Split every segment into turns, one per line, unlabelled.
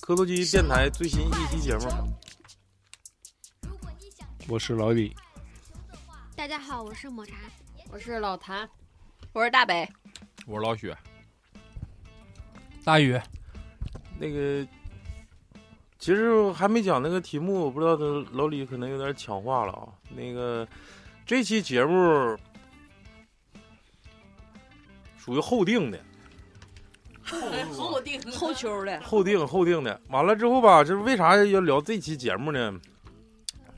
科多基电台最新一期节目。
我是老李，
大家好，我是抹茶。
我是老谭，我是大北，
我是老许，
大宇，
那个，其实还没讲那个题目，我不知道这老李可能有点抢话了啊。那个，这期节目属于后定的，
后定
后秋的，
后定后定的。完了之后吧，这为啥要聊这期节目呢？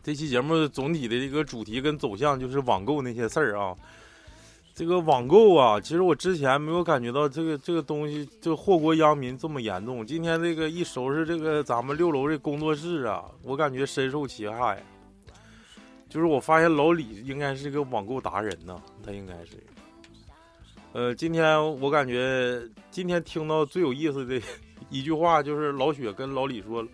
这期节目总体的一个主题跟走向就是网购那些事儿啊。这个网购啊，其实我之前没有感觉到这个这个东西就祸国殃民这么严重。今天这个一收拾这个咱们六楼这工作室啊，我感觉深受其害。就是我发现老李应该是个网购达人呐，他应该是。呃，今天我感觉今天听到最有意思的 一句话就是老雪跟老李说，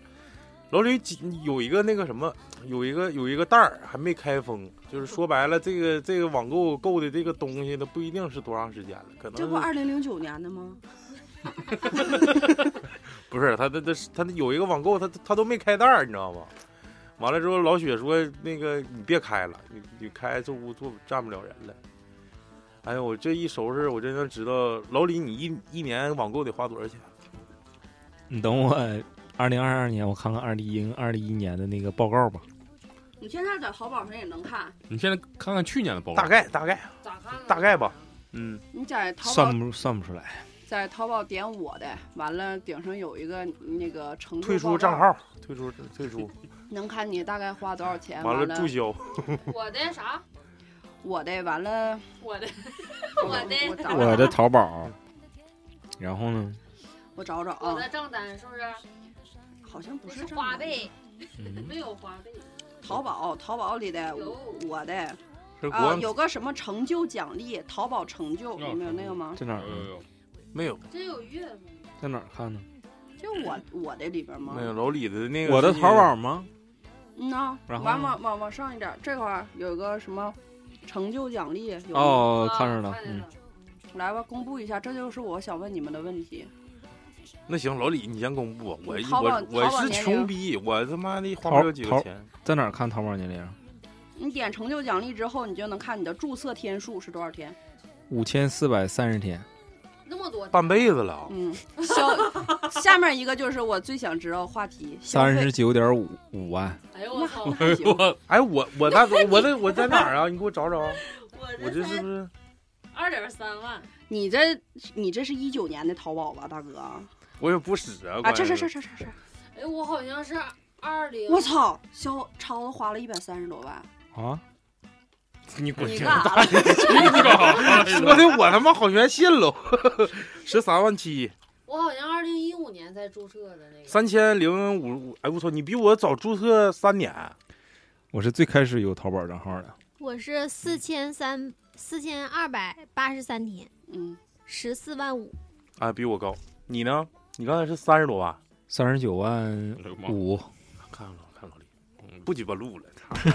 老李几有一个那个什么，有一个有一个袋儿还没开封，就是说白了，这个这个网购购的这个东西，它不一定是多长时间了，可能
这不二零零九年的吗？
不是他他他他有一个网购，他他都没开袋儿，你知道吗？完了之后，老雪说：“那个你别开了，你你开这屋坐站不了人了。”哎呦，我这一收拾，我真想知道老李，你一一年网购得花多少钱？
你等我二零二二年，我看看二零一二零一年的那个报告吧。
你现在在淘宝上也能看，
你现在看看去年的报告
大，概大概
咋看？
大概吧，嗯，
你在淘宝
算不算不出来，
在淘宝点我的，完了顶上有一个那个程度
退
报
出
告
账，号，退出退 出，
能看你大概花多少钱。
完
完
了注销。
我的啥？
我的完了，
我的
我
我的
我找
我
找
的淘宝，嗯然后呢，
我找找
我
啊
的，账单是不是？
好像不
不
是啊这
花
样的
呗，
嗯，
没有花呗。
淘宝淘宝里的
有
我的
这国
啊，
外
有个什么成就奖励，淘宝成就
哦
你们有那个吗？
在哪儿
有有
呢？
有，
没有
真有月吗？
在哪儿看呢？
就 我我的里边吗
没？有老李的那个
我的
是
淘宝吗？
嗯呐，
然后
往
呢
往往往上一点，这块儿有个什么成就奖励，有吗
哦，
啊
看着了，
见
嗯，
了
来吧，公布一下，这就是我想问你们的问题。
那行，老李你先公布吧，我
你淘宝
我我
淘宝
是
年
穷
龄
逼，我他妈的花不了几
淘
个钱。
在哪儿看淘宝年龄？
你点成就奖励之后，你就能看你的注册天数是多少天。
五千四百三十天，
那么多，
半辈子了啊，
嗯，消下面一个就是我最想知道话题，消
三
费
十。九点五五万。
哎呦
那
我
还
操！
那 还行，
我
哎，我我那我在我在哪儿啊？你给我找找 啊！我
我
这
这
是
三
不是
二点三万，
你这你这是一九年的淘宝吧，大哥？啊，
我也不使啊？关
这
键
是这是这是，
哎，我好像是二零。
我！操，消超子花了一百三十多万，
啊，
你滚
你
去！
干啥了？
说的我他妈好悬信喽，十三万七，
我好像二零一五年才注册的那个。
三千零五五。哎，我操，你比我早注册三年。
我是最开始有淘宝账号的，
我是四千三四千二百八十三天，
嗯，
十四万五。
啊，比我高。你呢？你刚才是三十多万。
三十九万
哎呦妈
五。
看了看老李，不鸡巴录了，操！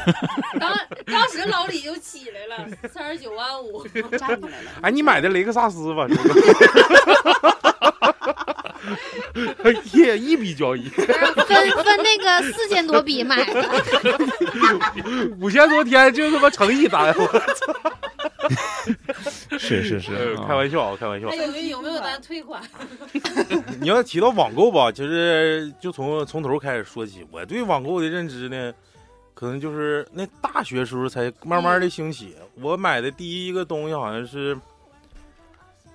当 当时老李就起来了，三十九万 五。
站哦起来了。
哎，你买的雷克萨斯吧？ 这个耶，哎一笔交易，
分 分那个四千多笔买的，
五千多天就他妈成一单，我
是是是啊
开玩笑啊，开玩笑
哎
还。有没哎有没有咱退 款？
你要提到网购吧，其实就从从头开始说起。我对网购的认知呢，可能就是那大学时候才慢慢的兴起。我买的第一个东西好像是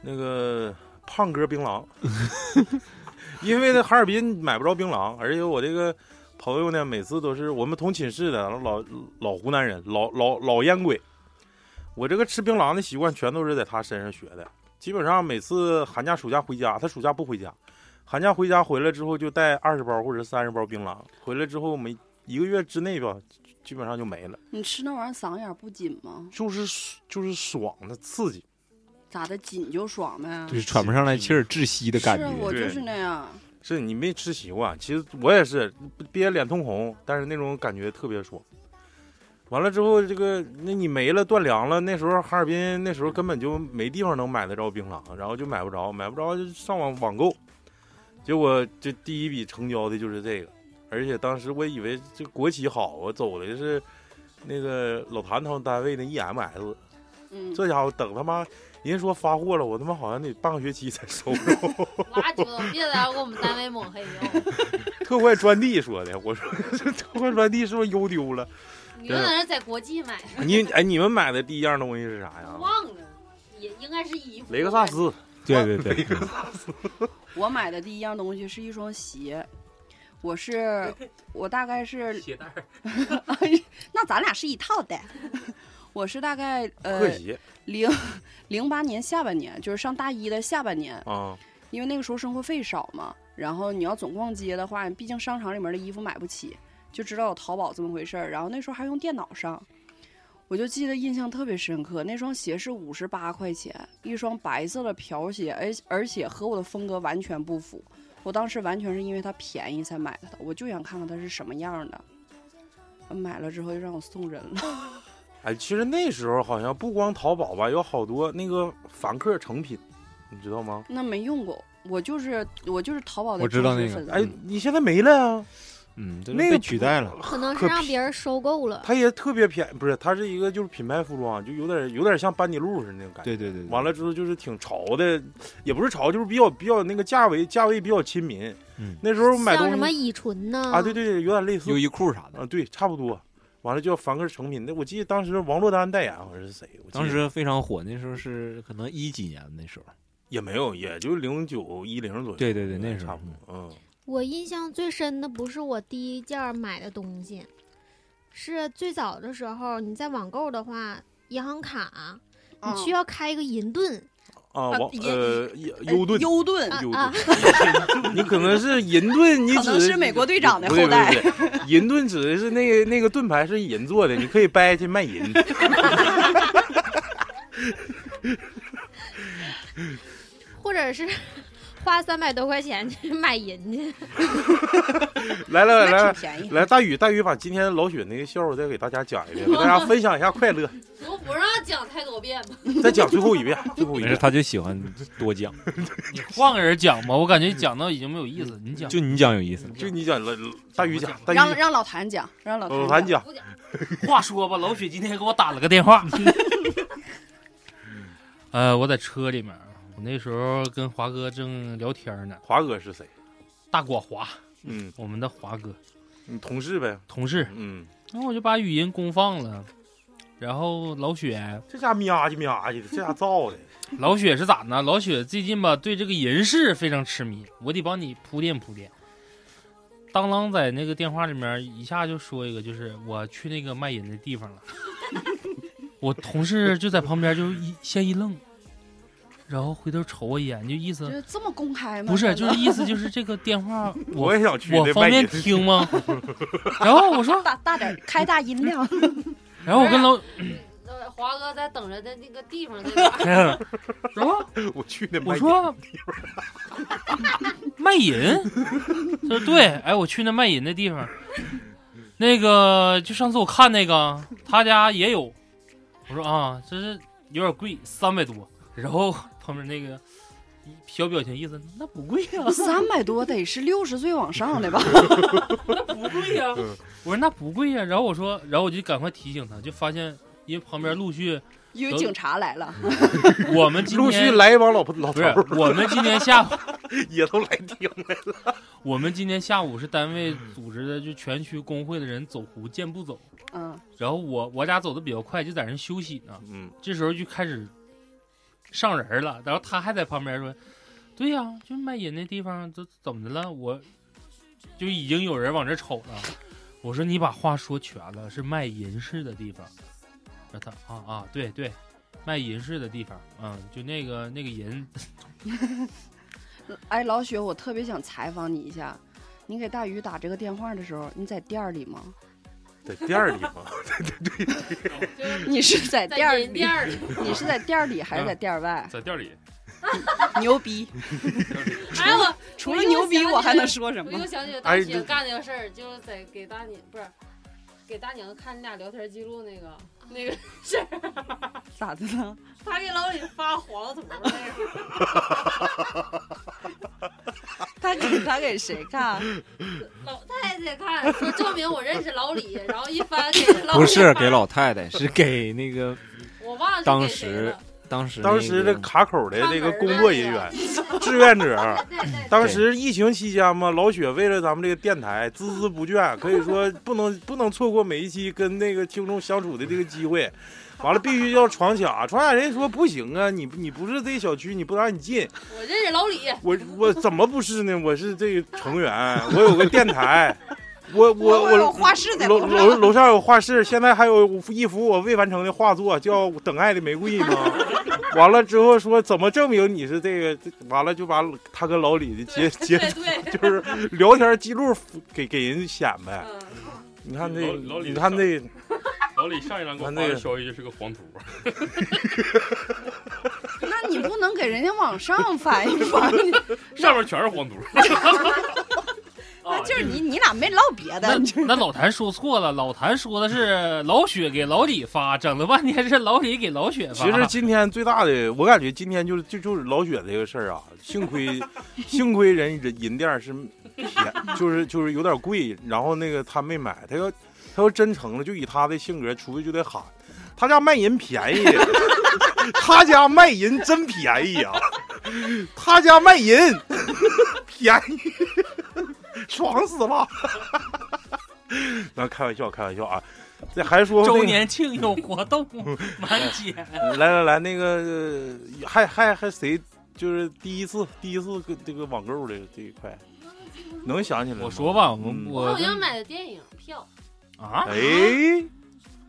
那个胖哥槟榔，因为在哈尔滨买不着槟榔，而且我这个朋友呢，每次都是我们同寝室的老老湖南人，老老老烟鬼。我这个吃槟榔的习惯全都是在他身上学的，基本上每次寒假、暑假回家，他暑假不回家，寒假回家回来之后就带二十包或者三十包槟榔，回来之后没一个月之内吧，基本上就没了，
你吃那玩意儿嗓子眼儿不紧吗？
就是就是爽的刺激，
咋的，紧就爽呗。
就是喘不上来气儿、窒息的感
是我
觉。
就是那样。
是你没吃习惯。其实我也是憋脸通红，但是那种感觉特别爽。完了之后，这个那你没了断粮了，那时候哈尔滨那时候根本就没地方能买得着槟榔，然后就买不着，买不着就上网网购，结果这第一笔成交的就是这个，而且当时我以为这国企好啊，走的是那个老谭他们单位的 EMS，
嗯，
这家伙等他妈人家说发货了，我他妈好像得半个学期才收着，
拉鸡巴倒，别在这给我们单位抹黑哦！
特快专递说的，我说这特快专递是不是邮丢了？
你
啊
们在那在国际买，
你哎，你们买的第一样东西是啥呀？
忘了，也应该是衣服。
雷克萨斯，
对对对，
嗯
我买的第一样东西是一双鞋，我是我大概是
鞋带儿，
那咱俩是一套的，我是大概
破
呃
鞋
零零八年下半年，就是上大一的下半年，
啊，
因为那个时候生活费少嘛，然后你要总逛街的话，毕竟商场里面的衣服买不起，就知道有淘宝这么回事儿。然后那时候还用电脑上，我就记得印象特别深刻，那双鞋是五十八块钱，一双白色的瓢鞋，而而且和我的风格完全不符。我当时完全是因为它便宜才买的，我就想看看它是什么样的。买了之后就让我送人了，
哎，其实那时候好像不光淘宝吧，有好多那个凡客成品，你知道吗？
那没用过。我就是我就是淘宝的
我知道
忠实
那个
粉丝
哎，你现在没了啊？
嗯，这
那个
被取代了，
可能是
可
让
皮
别人收购了。
它也特别便宜，不是，它是一个就是品牌服装，就有点有点像班底路似的那种感觉。
对对对，
完了之后就是挺潮的，也不是潮，就是比较比较那个价位价位比较亲民。
嗯
那时候买
像什
东
么
西
乙醇呢？
啊，对对对，有点类似
优衣库啥的，
啊，对，差不多。完了就要凡客成品，那我记得当时王珞丹代言好像是谁，我记得
当时非常火，那时候是可能一几年那时候，
也没有，也就零九一零左右。
对对对，那时
差
候
不多，嗯，
我印象最深的不是我第一件儿买的东西，是最早的时候你在网购的话，银行卡你需要开一个银盾
啊，王
也
呃优
嗯
优盾，
优盾
啊
优
啊，
盾，你可能是银盾，你
可
指的
能是美国队长的
不对
后
不对
代。
不对，银盾指的是那个那个盾牌是银做的，你可以掰去卖银。
或者是花三百多块钱去买银去。
来来来
那
来
挺便宜。
来，大宇大宇把今天老雪那个笑话再给大家讲一遍，给大家分享一下快 乐。
我不让讲太多遍吧。
再讲最 后一遍，最后一
没事，
遍。
他就喜欢多讲，
你换个人讲吧，我感觉讲到已经没有意 思了。你讲，
就你讲有意思，
就你讲了，大宇讲，大宇
让让老谭讲，让老
老
谭
谭。讲，
不讲，
话说吧，老雪今天给我打了个电 话。呃，我在车里面，我那时候跟华哥正聊天呢，
华哥是谁？
大果华，
嗯，
我们的华哥
你嗯同事呗。
同事，
嗯，
然后我就把语音公放了，然后老雪，
这家啊喵唧喵唧的，这家造的。
老雪是咋呢？老雪最近吧对这个银饰非常痴迷，我得帮你铺垫铺垫。当啷在那个电话里面一下就说一个，就是我去那个卖淫的地方了， 我同事就在旁边就一先一愣，然后回头瞅我一眼，就意
就
思
是这么公开吗？
不是，就是意思就是这个 电话
我
我
也想去
我
那
方
卖
便
淫。
听吗？ 然后我 说，
大大点，开大音量。
然后我跟老
呃华哥在等着的那个地方在哪儿？
然后
我去那卖
我
淫。
说卖淫，他说对，哎，我去那卖淫的地方，那个就上次我看那个他家也有，我说啊，这是有点贵，三百多，然后旁边那个小表情意思那不贵呀、
啊
三百多得是六十岁往 上的吧？
不贵呀、
嗯
我说那不贵呀、然后我说，然后我就赶快提醒他，就发现因为旁边陆续
因为警察来了，
我们今天
陆续来一帮老婆老
不是
头儿
我们今天下午。
也都来听了。
我们今天下午是单位组织的，就全区工会的人走湖健步走，
嗯，
然后我我俩走的比较快，就在那休息呢。
嗯，
这时候就开始上人了，然后他还在旁边说：“对呀、就卖淫那地方，这怎么的了？我就已经有人往这瞅了。”我说：“你把话说全了，是卖银饰的地方。”然后他啊啊，对对，卖银饰的地方，嗯，就那个那个银，
哎，老雪，我特别想采访你一下。你给大鱼打这个电话的时候，你在店儿 里吗？
在店儿里嘛，
就是
你是在店儿
在
里
银？店儿里。
你是在店儿里还是在店儿外？
在店里，
牛逼！
啊 哎我
除了牛逼，我还能说什
我
么？
又想起了
哎
大
这
姐干那个事儿，就是在给大姐不是给大娘看你俩聊天记录
啊
那个那个事儿，
咋的了？
他给老李发黄图那 个，
他给他给谁看？
老太太看说证明我认识老李，然后一翻给老李
不是
发
给，老太太，是给那个
我忘了是
当
给谁
时
了
当时
当时
那
这
个
卡口的这个工作人员
看、
志愿者，
对对
当时疫情期间嘛，老雪为了咱们这个电台孜孜不倦，可以说不能不能错过每一期跟那个听众相处的这个机会。完了，必须要闯卡，闯卡人家说不行啊，你你不是这小区，你不让你进。
我认识老李，
我我怎么不是呢？我是这个成员，我有个电台， 我我
有
我
画室在
楼
楼上，
楼楼上有画室，现在还有一幅我未完成的画作，叫《等爱的玫瑰》嘛。完了之后说怎么证明你是这个？这完了就把他跟老李的截
对
截
对对，
就是聊天记录给给人显摆。
嗯，
你看这，
老老李
你看这，
老李上一张给我
完
发
那
的
个
消息就是个黄图，
那你不能给人家往上翻一 翻，
上面全是黄图。
那哦就是你你俩没唠别的，你 就
那那老谭说错了，老谭说的是老雪给老李发，整了半天是老李给老雪发。
其实今天最大的，我感觉今天就是就就是老雪这个事儿啊，幸亏幸亏人人银店是便，就是就是有点贵，然后那个他没买，他要他要真成了，就以他的性格出去就得喊，他家卖淫便宜， 他家卖淫真便宜啊，他家卖淫便宜， 爽死了。那开玩笑，开玩笑啊！这还说那
周
个
年庆有活动， 满减。
来来来，那个呃还还还谁就是第一次第一次跟这个网购的这一块，能想起来吗？
我说吧，我
嗯
我
我
好像买的电影票，
啊，
哎，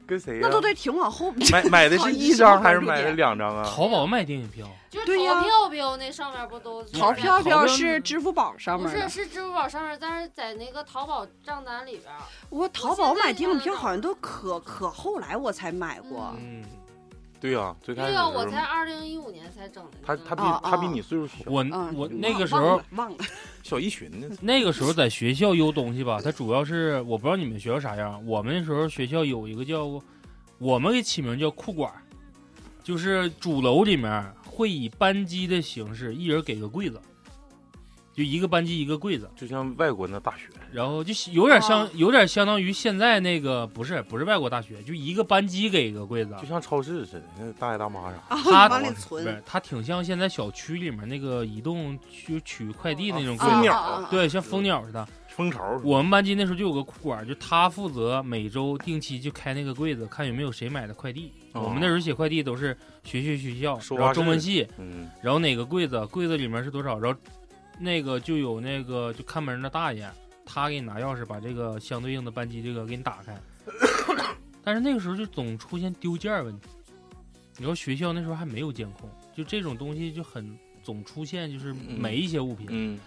跟谁呀、
那都得挺往后。
买买的是一张还是买的两张啊？
淘宝卖电影票，
就是
对呀
淘票票那上面不都是
淘票
淘
票
票
是支付宝上
不
面
是
的，
是支付宝上面，但是在那个淘宝账单里边儿，
我淘宝买电影票好像都可可后来我才买过，
嗯，
对呀、最开
这
始的时
个啊我
候
才二零一五年才整的那
他
个。
他比、
哦哦
他比你岁数小，
我
嗯
我
忘
那个时候
忘了忘了，
小一旬呢。
那个时候在学校邮东西吧，它主要是我不知道你们学校啥样，我们那时候学校有一个叫我们给起名叫库管，就是主楼里面会以班级的形式，一人给个柜子，就一个班级一个柜子。
就像外国那大学，
然后就是有点像，
哦
有点相当于现在那个不是不是外国大学，就一个班级给一个柜子
就，像超市似的，那大爷大妈啥，
他
啊，往里
不
存
是它挺像现在小区里面那个移动去取快递那种柜
蜂
子，
鸟、
啊啊啊
对，像蜂鸟似的。
蜂巢似的，
我们班级那时候就有个库管，就他负责每周定期就开那个柜子，看有没有谁买的快递。
哦
我们那时候写快递都是学学学校
收，
然
发
后中文
室
系，
嗯，
然后哪个柜子，柜子里面是多少，然后那个就有那个就看门的大爷，他给你拿钥匙，把这个相对应的班级这个给你打开。 但是那个时候就总出现丢件儿问题，你说学校那时候还没有监控，就这种东西就很总出现，就是
嗯
没一些物品。
嗯，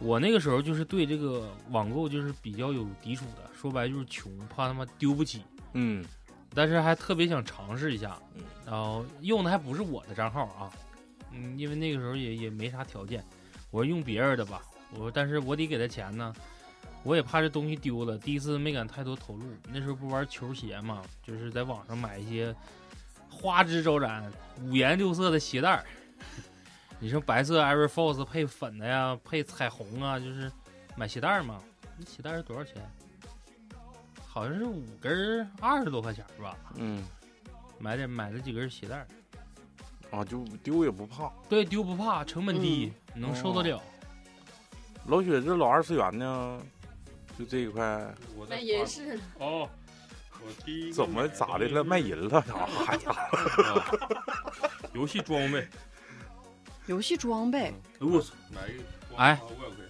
我那个时候就是对这个网购就是比较有抵触的，说白就是穷，怕他妈丢不起，
嗯，
但是还特别想尝试一下
嗯，
然后用的还不是我的账号啊，嗯，因为那个时候也也没啥条件，我说用别人的吧，我说但是我得给他钱呢，我也怕这东西丢了，第一次没敢太多投入，那时候不玩球鞋嘛，就是在网上买一些花枝招展、五颜六色的鞋带儿，你说白色 Air Force 配粉的呀，配彩虹啊，就是买鞋带儿嘛，那鞋带儿多少钱？好像是五根儿二十多块钱儿吧，
嗯，
买点买了几根鞋带儿，
啊，就丢也不怕。
对，丢不怕，成本低，
嗯
能受得
哦
了。
老雪这老二次元呢，就这一块
我在
那也是
哦，我第一个
怎么
买
咋的了？卖淫了啥？ 哎呀，
啊 游戏装备，
游戏装备，
哎我操，买一个光
哎
花五百块钱，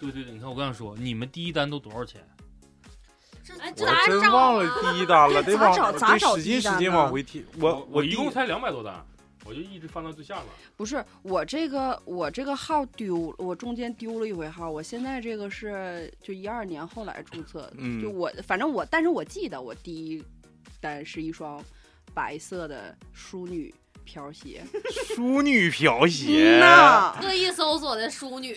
对对对，你看我刚想说，你们第一单都多少钱？
这哎这
我
哪
真
找
忘
啊
了第一单 了，得
咋
往
找咋
得
找
使
第
劲
一
使
单
劲
呢
往回提。我
我
第
一共才两百多单，我就一直翻到最下面。
不是我这个我这个号丢，我中间丢了一回号，我现在这个是就一二年后来注册，
嗯
就我反正我，但是我记得我第一单是一双白色的淑女飘 鞋，
淑女瓢鞋
嗯，呐，
特意搜索的淑女，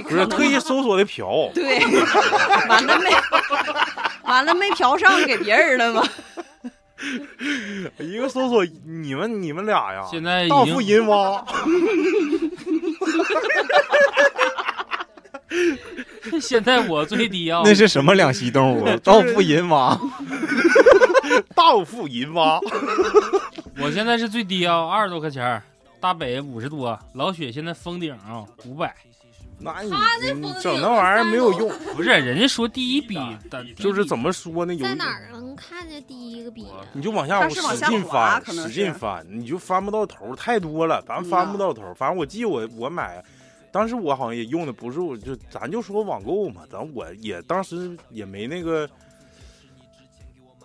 不是特意搜索的瓢，
对，完了没？完了没嫖上给别人了吗？
一个搜索你们你们俩呀，
现哎在已
大
经
富 银蛙，
现在我最低啊，
那是什么两栖 动物？盗腹银蛙，
大富银蛙，
我现在是最低啊，二十多块钱儿，大北五十多，老雪现在封顶啊五百，
那你
他那
你
疯子
整
有
那玩意儿
三
没有
楼
用，
不是人家说第一笔的，
就是怎
么
么说呢？有
在哪儿啊？能看见第一个比的？
你就往下
它
我
是往
使
下
劲
滑
翻，
可能
使
是
劲翻，你就翻不到头儿，太多了，咱
嗯
翻
呐
不到头儿。反正我记得我我买，当时我好像也用的不是，我就咱就说网购嘛，咱我也当时也没那个，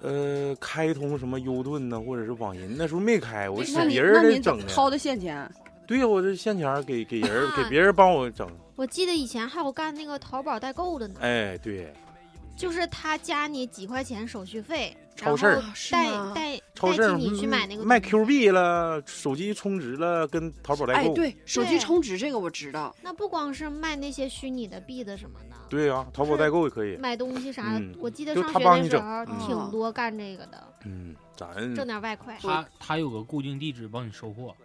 呃，开通什么优盾呐，或者是网银，那时候没开，我使
那你
别
那
人
你
的整的。
掏的现钱，啊
对呀，我这现钱儿给给人儿
啊
给别人帮我整，
我记得以前还有干那个淘宝代购的呢，
哎，对，
就是他加你几块钱手续费，然
超
后
市儿
是
带
吗？
带
超
带
市儿
进你去
嗯
买那个
卖
东西
Q 币了，手机充值了，跟淘宝代
哎，
购。
对，手机
对
充值这个我知道，
那不光是卖那些虚拟的币的什么的，
对呀，淘宝
是
代购也可以。
买东西啥的，
嗯
我记得
就
上
他
学
帮
的
你
时
整
候
嗯
哦
挺多干这个的，
嗯，咱
挣点外快。
他他有个固定地址帮你收货，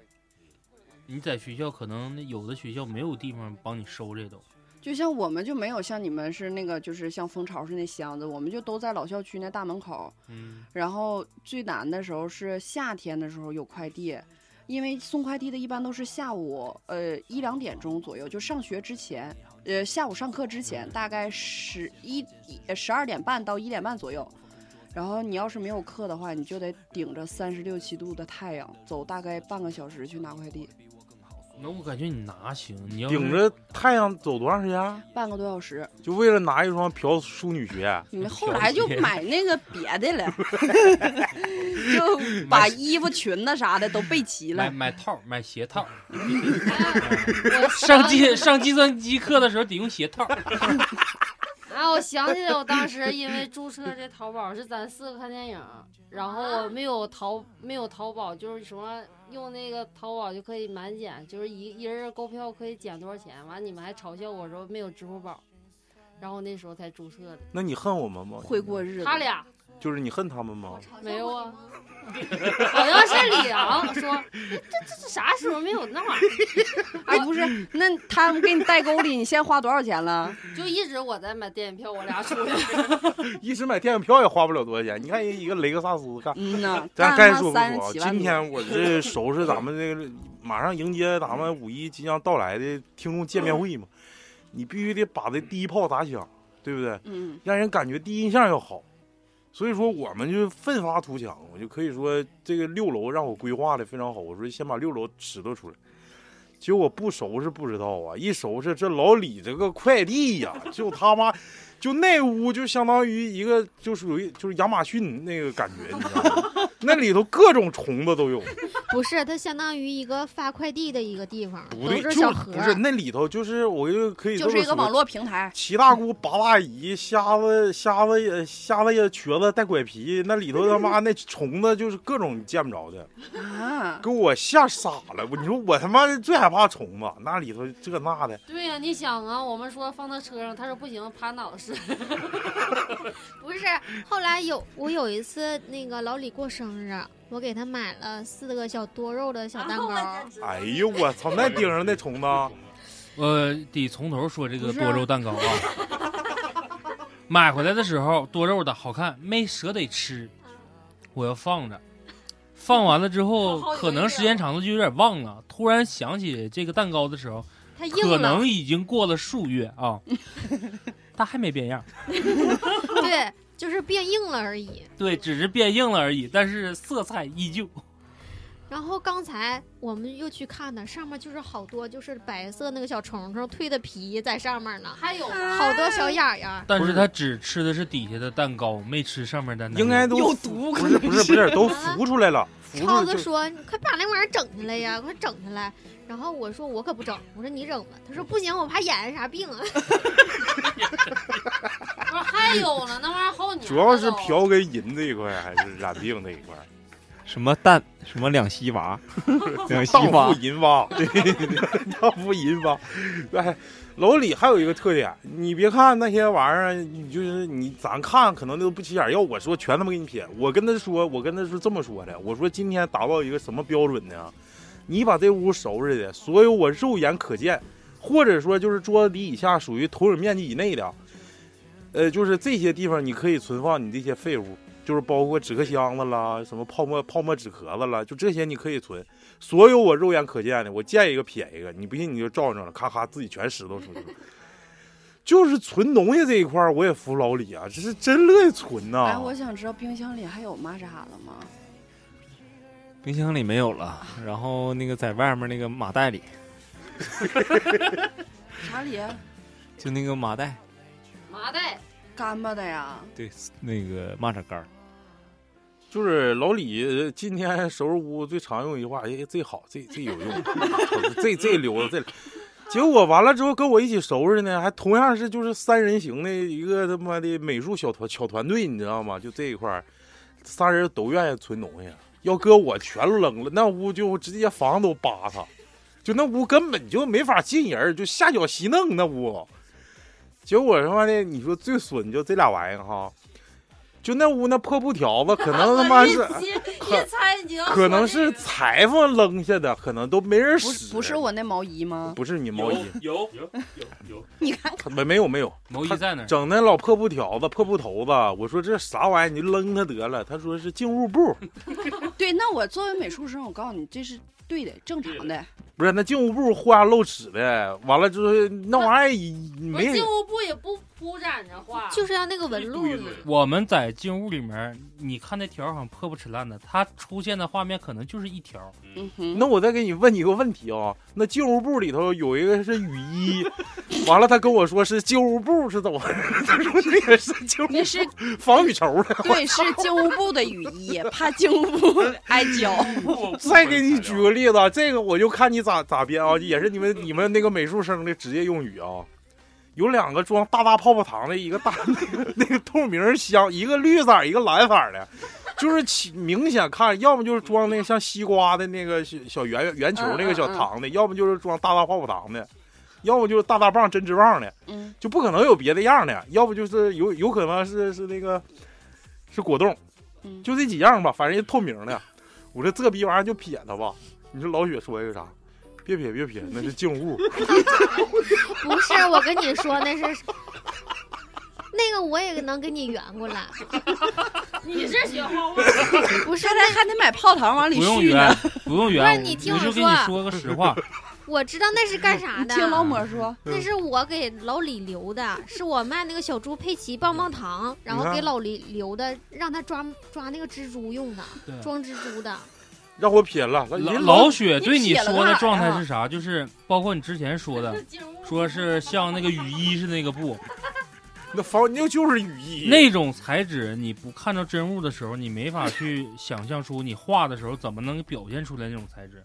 你在学校可能有的学校没有地方帮你收这东西，
就像我们就没有像你们是那个，就是像蜂巢似的那箱子，我们就都在老校区那大门口。
嗯，
然后最难的时候是夏天的时候有快递，因为送快递的一般都是下午呃一两点钟左右，就上学之前，呃下午上课之前，大概十一呃十二点半到一点半左右。然后你要是没有课的话，你就得顶着三十六七度的太阳走大概半个小时去拿快递，
那我感觉你拿行，你要是
顶着太阳走多长时间？啊
半个多小时。
就为了拿一双朴淑女鞋，
你们嗯后来就买那个别的了，就把衣服、裙子啥的都备齐
买
了。
买套买鞋套，
我
上
想
计上计算机课的时候得用鞋套，
啊，我想起来，我当时因为注册这淘宝是咱四个看电影，然后我没有淘没有淘宝，就是什么用那个淘宝就可以满减，就是一一人购票可以减多少钱。完，你们还嘲笑我说没有支付宝，然后我那时候才注册的。
那你恨我们吗？
会过日子，
他俩
就是你恨他们吗？
没有啊， 好像是李阳说，这这这啥时候没有那玩意
哎，不
嗯
是，那他们给你代沟里，你现在花多少钱了？
儿？就一直我在买电影票，我俩出去。
一时买电影票也花不了多少钱。你看人一个雷克萨斯，看
嗯呐，
咱该
但
说不
三十
说啊，
七万
今天我这收拾咱们这个，马上迎接咱们五一即将到来的听众见面会
嗯
嘛，你必须得把这第一炮打响，对不对？
嗯，
让人感觉第一印象要好。所以说，我们就奋发图强，我就可以说这个六楼让我规划的非常好。我说先把六楼拾掇出来，结果不收拾不知道啊，一收拾这老李这个快递呀、 就他妈就那屋就相当于一个就属于就是亚马逊那个感觉，你知道吗？那里头各种虫子都有，
不是，它相当于一个发快递的一个地方，
不
都
对，
是
就
小盒
不是那里头就是我就可以这
就
么
是一个
说
网络平台，
七大姑八大姨，瞎子瞎子也瞎子也瘸子带拐皮，那里头他 妈那虫子就是各种你见不着的，
啊，
给我吓傻了。我你说我他妈最害怕虫子，那里头这那的，
对呀、你想啊，我们说放到车上，他说不行，趴脑袋上。
不是，后来有我有一次那个老李过生日，我给他买了四个小多肉的小蛋糕，
哎呦我操，那顶上那虫子，
呃，得从头说这
不
个
是
多肉蛋糕啊。买回来的时候多肉的好看，没舍得吃，我要放着。放完了之后
好好，有
可能时间长了就有点忘了。突然想起这个蛋糕的时候，
它硬
可
了。
能已经过了数月啊，它还没变样。
对，就是变硬了而已。
对，只是变硬了而已，但是色彩依旧。
然后刚才我们又去看它，上面就是好多就是白色那个小虫虫蜕的皮在上面呢，
还有
好多小眼眼儿。
但
不
是
是
它只吃的是底下的蛋糕，没吃上面的蛋糕。
应该都
有毒
不是不是不是都浮出来了，浮
超
出
子
来就。
说：“你快把那玩意儿整下来呀，快整下来！”然后我说：“我可不整。”我说：“你整吧。”他说：“不行，我怕眼睛啥病啊。
不
哦
是还有呢，那玩意儿好年。
主要是嫖跟银这一块还是染病这一块，
什么蛋，什么两西娃， 两西
荡
娃
妇，银蛙，对对对， 荡妇银蛙。哎，楼里还有一个特点，你别看那些玩意儿，啊你就是你咱看可能都不起眼。要我说，全他妈给你撇。我跟他说，我跟他说这么说的，我说今天达到一个什么标准呢？你把这屋收拾的，所有我肉眼可见，或者说就是桌子底以下属于投影面积以内的，呃，就是这些地方你可以存放你这些废物。就是包括纸壳箱子啦，什么泡沫泡沫纸壳子啦，就这些你可以存。所有我肉眼可见的，我见一个撇一个，你不信你就照着了，咔咔自己全拾掇出去了。就是存东西这一块儿，我也服老李啊，这是真乐意存呐、
哎，我想知道冰箱里还有玛莎了 吗？
冰箱里没有了，然后那个在外面那个马袋里，
查理，
就那个麻袋，
麻袋，
干巴的呀，
对，那个蚂蚱干儿
就是老李呃今天收拾屋最常用一句话，哎，这好，这这有用，这这留着这。结果完了之后跟我一起收拾呢，还同样是就是三人行的一个他妈的美术小团小团队，你知道吗？就这一块儿，仨人都愿意存东西。要搁我全扔了，那屋就直接房都扒它，就那屋根本就没法进人，就下脚吸弄那屋。结果他妈的，你说最损就这俩玩意儿哈，就那屋那破布条子，可能他妈是。
我一接
可
一猜你就要说
可能
这
是
个
裁缝扔下的，可能都没人
不
使。
是不是，我那毛衣吗？
不是你毛衣，
有 有有有
你看 看，
他没没有没有，
毛衣
他
在那儿，
整那老破布条子、破布头子，我说这啥玩意儿，你扔它得了。他说是净物部，
对，那我作为美术生，我告诉你，这是对的，正常的。
不是那净物部花露齿的，完了之后那玩意儿
不
没
是
人
进屋不也不铺展着画，
就是要那个纹路
一
嘛
堆。
我们在进屋里面，你看那条好像破不扯烂的，它出现的画面可能就是一条。
嗯哼，
那我再给你问你一个问题啊、那旧物部里头有一个是雨衣，完了他跟我说是旧物部是怎么回 事？他说那个是旧物
那是
防雨绸的。
对，是静物部的雨衣，怕静物部挨浇。
再给你举个例子，啊这个我就看你咋咋编啊，也是你们你们那个美术生的职业用语啊。有两个装大大泡泡糖的，一个大 那个那个透明箱，一个绿色儿，一个蓝色儿的，就是起明显看，要么就是装那个像西瓜的那个小小圆圆球那个小糖的，要么就是装大大泡泡糖的，要么就是大大棒针织棒的，
嗯，
就不可能有别的样儿的，要不就是有有可能是是那个是果冻，
嗯
就这几样吧，反正透明的。我说这逼玩意儿就撇它吧。你说老雪说一个啥？别撇别撇，那是静物。
不是，啊我跟你说那是，那个我也能给你圆过来。
你是学画画，
不是
刚，才还得买泡糖往里
不用
续呢
圆。，不用圆，
不是你听
我
我
就跟
说啊
你说嗯个实 话，
我知道那是干啥
你
的。
听老抹说，
那是我给老李留的，是我卖那个小猪佩奇棒棒糖，
嗯
然后给老李留的，让他抓抓那个蜘蛛用的，
对
装蜘蛛的。
让我撇了，
老
人
老雪对
你
你
撇了
说的
哪儿
状态
啊
是啥？就是包括你之前说的，说是像那个雨衣似的那个布，
那防那就是雨衣。
那种材质，你不看到真物的时候，你没法去想象出你画的时候怎么能表现出来那种材质。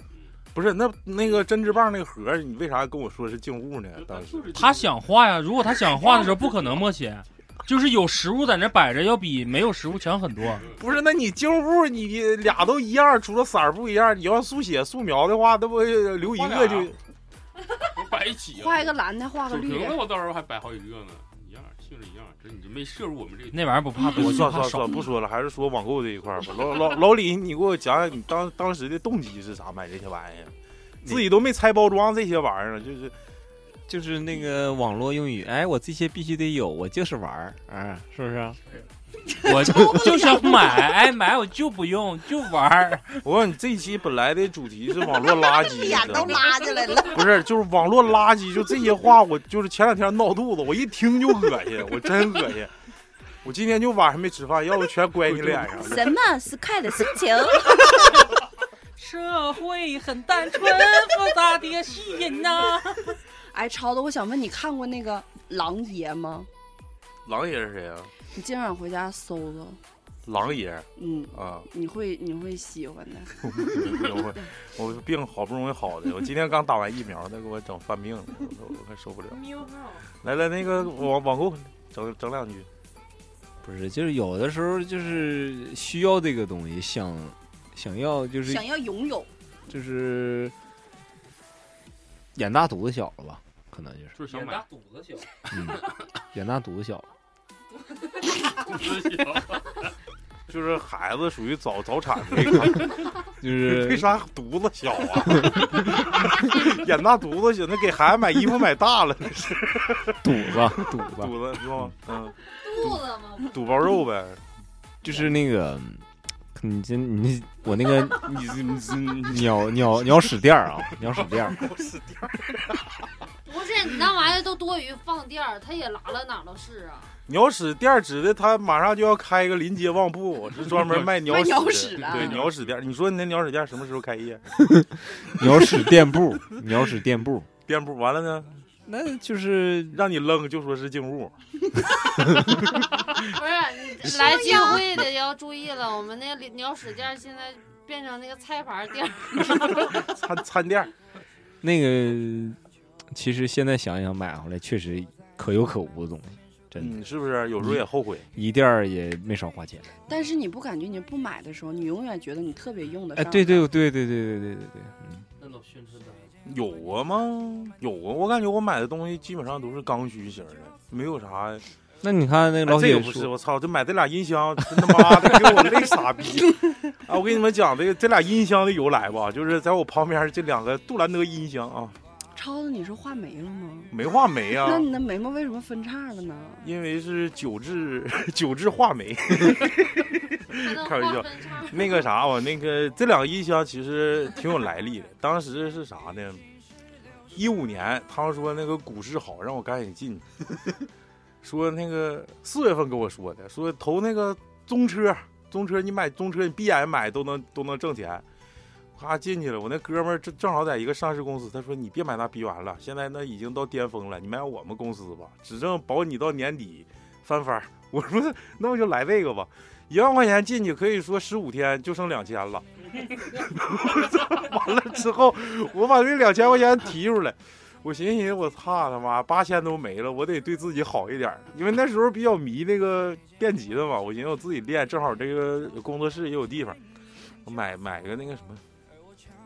不是那那个针织棒那个盒儿，你为啥跟我说是静物呢？当时
他想画呀，如果他想画的时候，不可能默 写，就是有实物在那摆着，要比没有实物强很多。
不是，那你静物你俩都一样，除了色儿不一样，你要速写素描的话，那不留一个就
画俩我摆一起啊，
画一个蓝的，画个
酒
绿
瓶子
的。
我到时候还摆好几个呢，一样性质一样，只是你就没摄入我们这个。嗯
那玩意儿不怕多，就
算
怕
算
少
算，。不说了，还是说网购这一块儿吧。老老老李，你给我讲讲你当当时的动机是啥买这些玩意儿？自己都没拆包装这些玩意儿，就是
就是那个网络用语，哎，我这些必须得有，我就是玩儿，啊，是不是啊？
我就就想买，哎，买我就不用，就玩儿。
我告诉你，这一期本来的主题是网络垃 圾，
脸都拉起来了，
不是就是网络垃圾，就这些话我就是前两天闹肚子，我一听就恶心，我真恶心。我今天就晚上没吃饭，要不全乖你脸上了。
什么是快乐心 情？
社会很单纯，复杂的吸引呐。
哎，超子，我想问你看过那个狼爷吗？
狼爷是谁啊？
你今晚回家搜搜，
狼爷
嗯，
啊，
你会你会喜欢的。
我 我病好不容易好的，我今天刚打完疫苗，他给我整犯病了，我都我快受不了。来来，那个网网购，整整两句。
不是，就是有的时候就是需要这个东西，想想要就是
想要拥有，
就是眼大肚子小了吧，可能就是
就是 想买
肚子小，
嗯眼大肚子小了。
肚子小，
就是孩子属于早早产那 个，
就
为
是
啥犊子小啊？ 眼大犊子小，那给孩子买衣服买大了，那 是
肚子，肚 子，
犊子是吧？嗯，
肚子吗？
肚包肉呗。
就是那个，嗯你这你我那个
呃
你你你鸟鸟鸟屎垫儿啊，鸟屎垫 儿，
不是，你那玩意儿都多余，放垫儿，它也拉了哪儿都是啊。
鸟屎店儿指的他马上就要开一个临街旺 铺，是专门卖鸟
卖
屎
鸟
的。
屎的
对，鸟屎店儿，你说你那鸟屎店儿什么时候开业？
鸟屎垫布，鸟屎垫布，
店铺完了 呢，
那就是
让你扔就说是净 物，
不是，你来聚会的要注意了，我们那个鸟屎店儿现在变成那个菜盘儿店儿。
餐餐店儿。
那个，其实现在想想买回来确实可有可无的东西，真的，
嗯，是不是？有时候也后悔。
一垫儿也没少花钱。
但是你不感觉你不买的时候，你永远觉得你特别用得
呃
哎，
上。
对对对对对对对对对，嗯，
那都宣传单。
有啊吗？有啊，我感觉我买的东西基本上都是刚需型的，没有啥。
那你看那个
哎
老
这
铁
个不是，
说，
我操，这买这俩音箱，真他妈的给我累傻逼！啊，我跟你们讲这个这俩音箱的由来吧，就是在我旁边这两个杜兰德音箱啊，
超子，你是画眉了吗？
没画眉啊
那，你的眉毛为什么分叉了呢？
因为是九制九制画眉。开玩笑
笑。
那个啥，我那个这两个音箱其实挺有来历的。当时是啥呢？一五年，他们说那个股市好，让我赶紧进去。 说那个四月份跟我说的，说投那个中车，中车你买中车，你闭眼买都能都能挣钱。咔进去了，我那哥们儿正正好在一个上市公司，他说你别买那逼玩意了，现在那已经到巅峰了，你买我们公司吧，指正保你到年底翻番儿。 我说那我就来这个吧，一万块钱进去，可以说十五天就剩两千了。 完了之后，我把这两千块钱提出来，我寻思寻思，我操他妈八千都没了，我得对自己好一点儿，因为那时候比较迷那个电吉他嘛，我寻思我自己练，正好这个工作室也有地方，我买买个那个什么。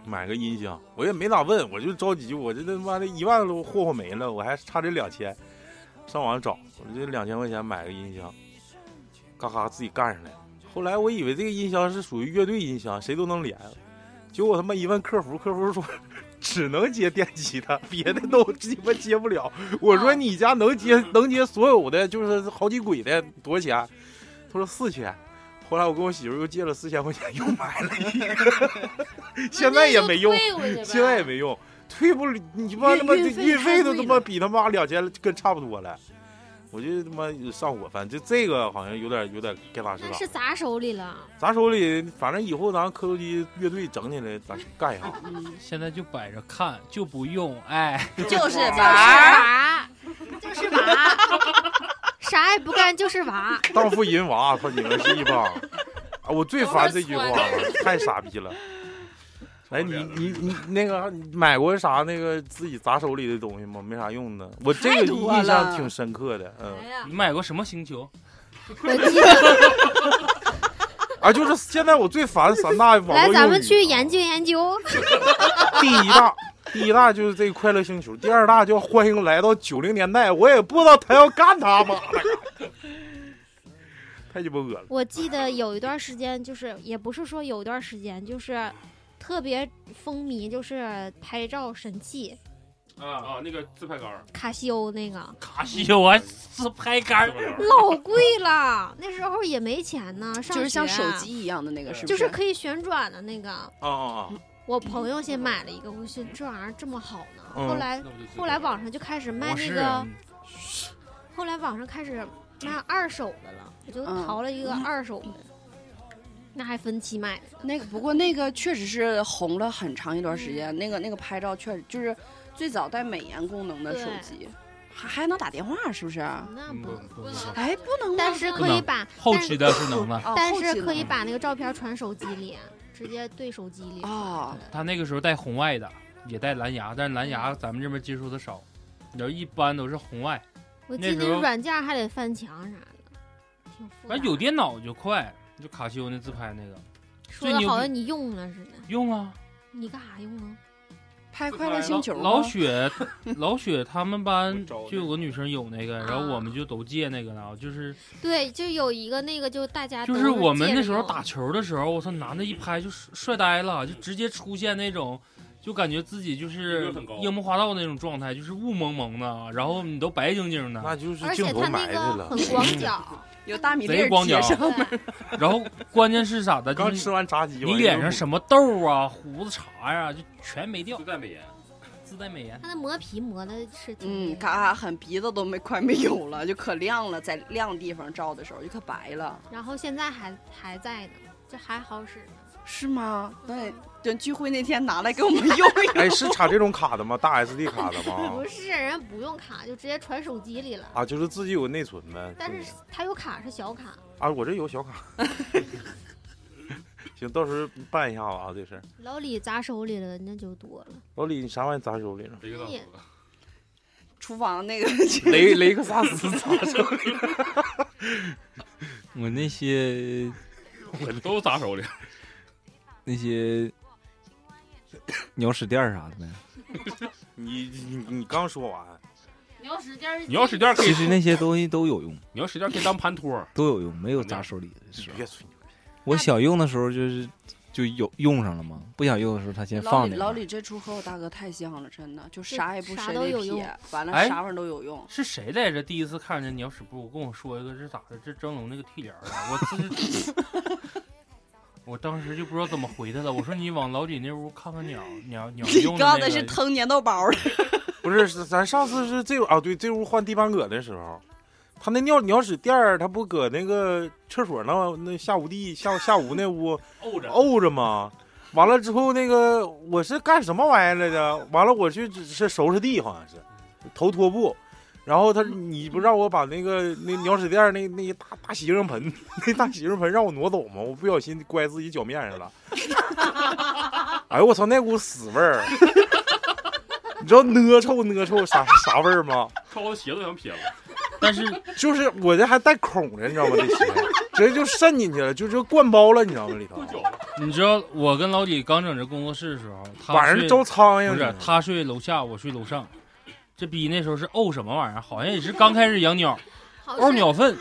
买个音箱，我也没咋问，我就着急，我这他妈的一万都霍霍没了，我还差这两千，上网找，我这两千块钱买个音箱，嘎嘎自己干上来了。后来我以为这个音箱是属于乐队音箱，谁都能连，结果他妈一问客服，客服说只能接电吉他，别的都鸡巴接不了。我说你家能接能接所有的，就是好几轨的，多少钱？他说四千。后来我跟我媳妇又借了四千块钱，又买了一 个，现在也没用，现在也没用，退不了你妈
运
他妈这
运费
运
太
费都
贵
他
了
妈比他妈两千跟差不多了，我就他妈上火，反正就这个好像有点有点该咋是
那
咋。
是砸手里了。
咱手里反正以后咱磕头机乐队整起来，咱干一下。
嗯，
现在就摆着看，就不用，哎，
就是
就是
玩儿。
娃，就是 娃，啥也不干就是娃。
荡妇淫娃，操你们是一帮！啊，我最烦这句话了，太傻逼了。哎，你你你那个你买过啥那个自己砸手里的东西吗？没啥用的，我这
太
个
多
印象
了
挺深刻的。嗯
哎，呀
你，买过什么星球？
我记得
啊，就是现在我最烦三大网络
来，咱们
用语
去
啊
研究研究。
第一大，第一大就是这快乐星球，第二大叫欢迎来到九零年代。我也不知道他要干他妈的，太鸡巴恶了。
我记得有一段时间，就是也不是说有一段时间，就是特别风靡，就是拍照神器
啊啊，那个自拍杆儿，
卡西欧那个，
卡西欧哎还是拍杆
自
儿
拍杆儿，
老贵了。那时候也没钱呢，上
就是像
学啊
手，机一样的那个，是不
就是可以旋转的那个。
啊啊
嗯
我朋友先买了一个，我寻思这玩意儿这么好呢。
嗯
后来
那不就自拍
后来
杆儿
网上就开始卖
我
那
是
个
人，
嗯
后来网上开始卖二手的了，我就
嗯
淘了一个二手的，那还分期买的。
那个，不过那个确实是红了很长一段时间。那个那个拍照确实就是最早带美颜功能的手机，还还能打电话，是不是？
那
嗯
不，
不
不
不
能
能，
哎，不能吗，
但是可以把，
后期的是能了。
哦
但
后期
是可以
能
把那个照片传手机里，直接对手机里。
哦，
他那个时候带红外的，也带蓝牙，但是蓝牙咱们这边接触的少，然后一般都是红外。
我记
那
得
时候
软件还得翻墙啥的，挺复杂
反
的。
正有电脑就快，就卡西欧那自拍那个，
说
最
的
牛
好
逼
像你用了似的，
用啊，
你干啥用啊？
拍快乐星球吗
老雪，老雪他们班
我找那
就有个女生有那个，然后
啊
我们就都借那个了，就是
对，就有一个那个，就大家
就
都
是我们
借着
那时候
用
打球的时候，我操，男的一拍就帅帅呆了，就直接出现那种，就感觉自己就是
一个很高
樱木花道那种状态，就是雾蒙蒙的，然后你都白晶晶的，
那就是
而
镜
且
头
它那
埋汰
个
了。嗯
很 光 脚，
有大米粒
贼
儿
光
接
脚，
上，
对，
然后关键是啥的，就
刚
是
吃完炸鸡，
你脸上什么痘啊、胡子茬呀、就全没掉
自，带美颜，
自带美颜。
它那磨皮磨的是挺
嗯，
厉害
嘎嘎狠，鼻子都没快没有了，就可亮了，在亮的地方照的时候就可白了，
然后现在还还在呢，这还好使呢。
是吗？那等聚会那天拿来给我们用一用。
哎，是插这种卡的吗？大 SD 卡的吗
不？是，人家不用卡，就直接传手机里了。
啊，就是自己有内存呗。
但是它有卡是小卡，
啊，我这有小卡。 行，到时候办一下子啊，这事儿。
老李砸手里了，那就多了。
老李，你啥玩意砸手里了？
这个大
你
哥
厨房那 个
雷雷克萨斯砸手里，
我那 些
我都砸手里，
那些鸟屎垫儿啥的呗，
你你你刚说完，
你要使劲儿，
你要使劲儿可以
其，实那些东西都有用，
你要使劲儿可以当盘托儿，
都有用，没有砸手里的
你
时候。
别吹牛。
我想用的时候就是就有用上了嘛，不想用的时候他先
老
放
李，
着。
老李这出和我大哥太像了，真的，就啥也不
啥
谁
都
那
有用
撇，完了
哎
啥玩意儿都有用。
是谁来着？第一次看见鸟屎布，跟我说一个，这咋的？这蒸笼那个剃帘儿啊！我这， 我当时就不知道怎么回他了。我说你往老李那屋看看鸟鸟鸟
你
用的
刚
那
才
个。
是腾粘豆包的，
不是，是咱上次是这啊，对，这屋换地板革的时候，他那尿鸟屎垫儿，他不搁那个厕所那那下午地下下午那屋
沤着
沤着吗？完了之后，那个我是干什么玩意儿来着？完了，我去是收拾地，好像是头拖布。然后他，你不让我把那个那鸟屎垫儿那那一大大洗净盆， 那大洗净盆让我挪走吗？我不小心乖自己脚面上了。 哎呦我操，那股屎味儿！你知道呢臭呢臭啥啥味儿吗？
穿我的鞋都想撇了。
但是
就是我这还带孔的，你知道吗？这鞋直接就渗进去了，就就灌包了，你知道吗？里头
你知道，我跟老李刚整这工作室的时候，他
晚上
睡
招苍
不
蝇
是
呢。
他睡楼下，我睡楼上。这逼那时候是沤什么玩意儿？好像也是刚开始养鸟，
好
沤
像
鸟粪。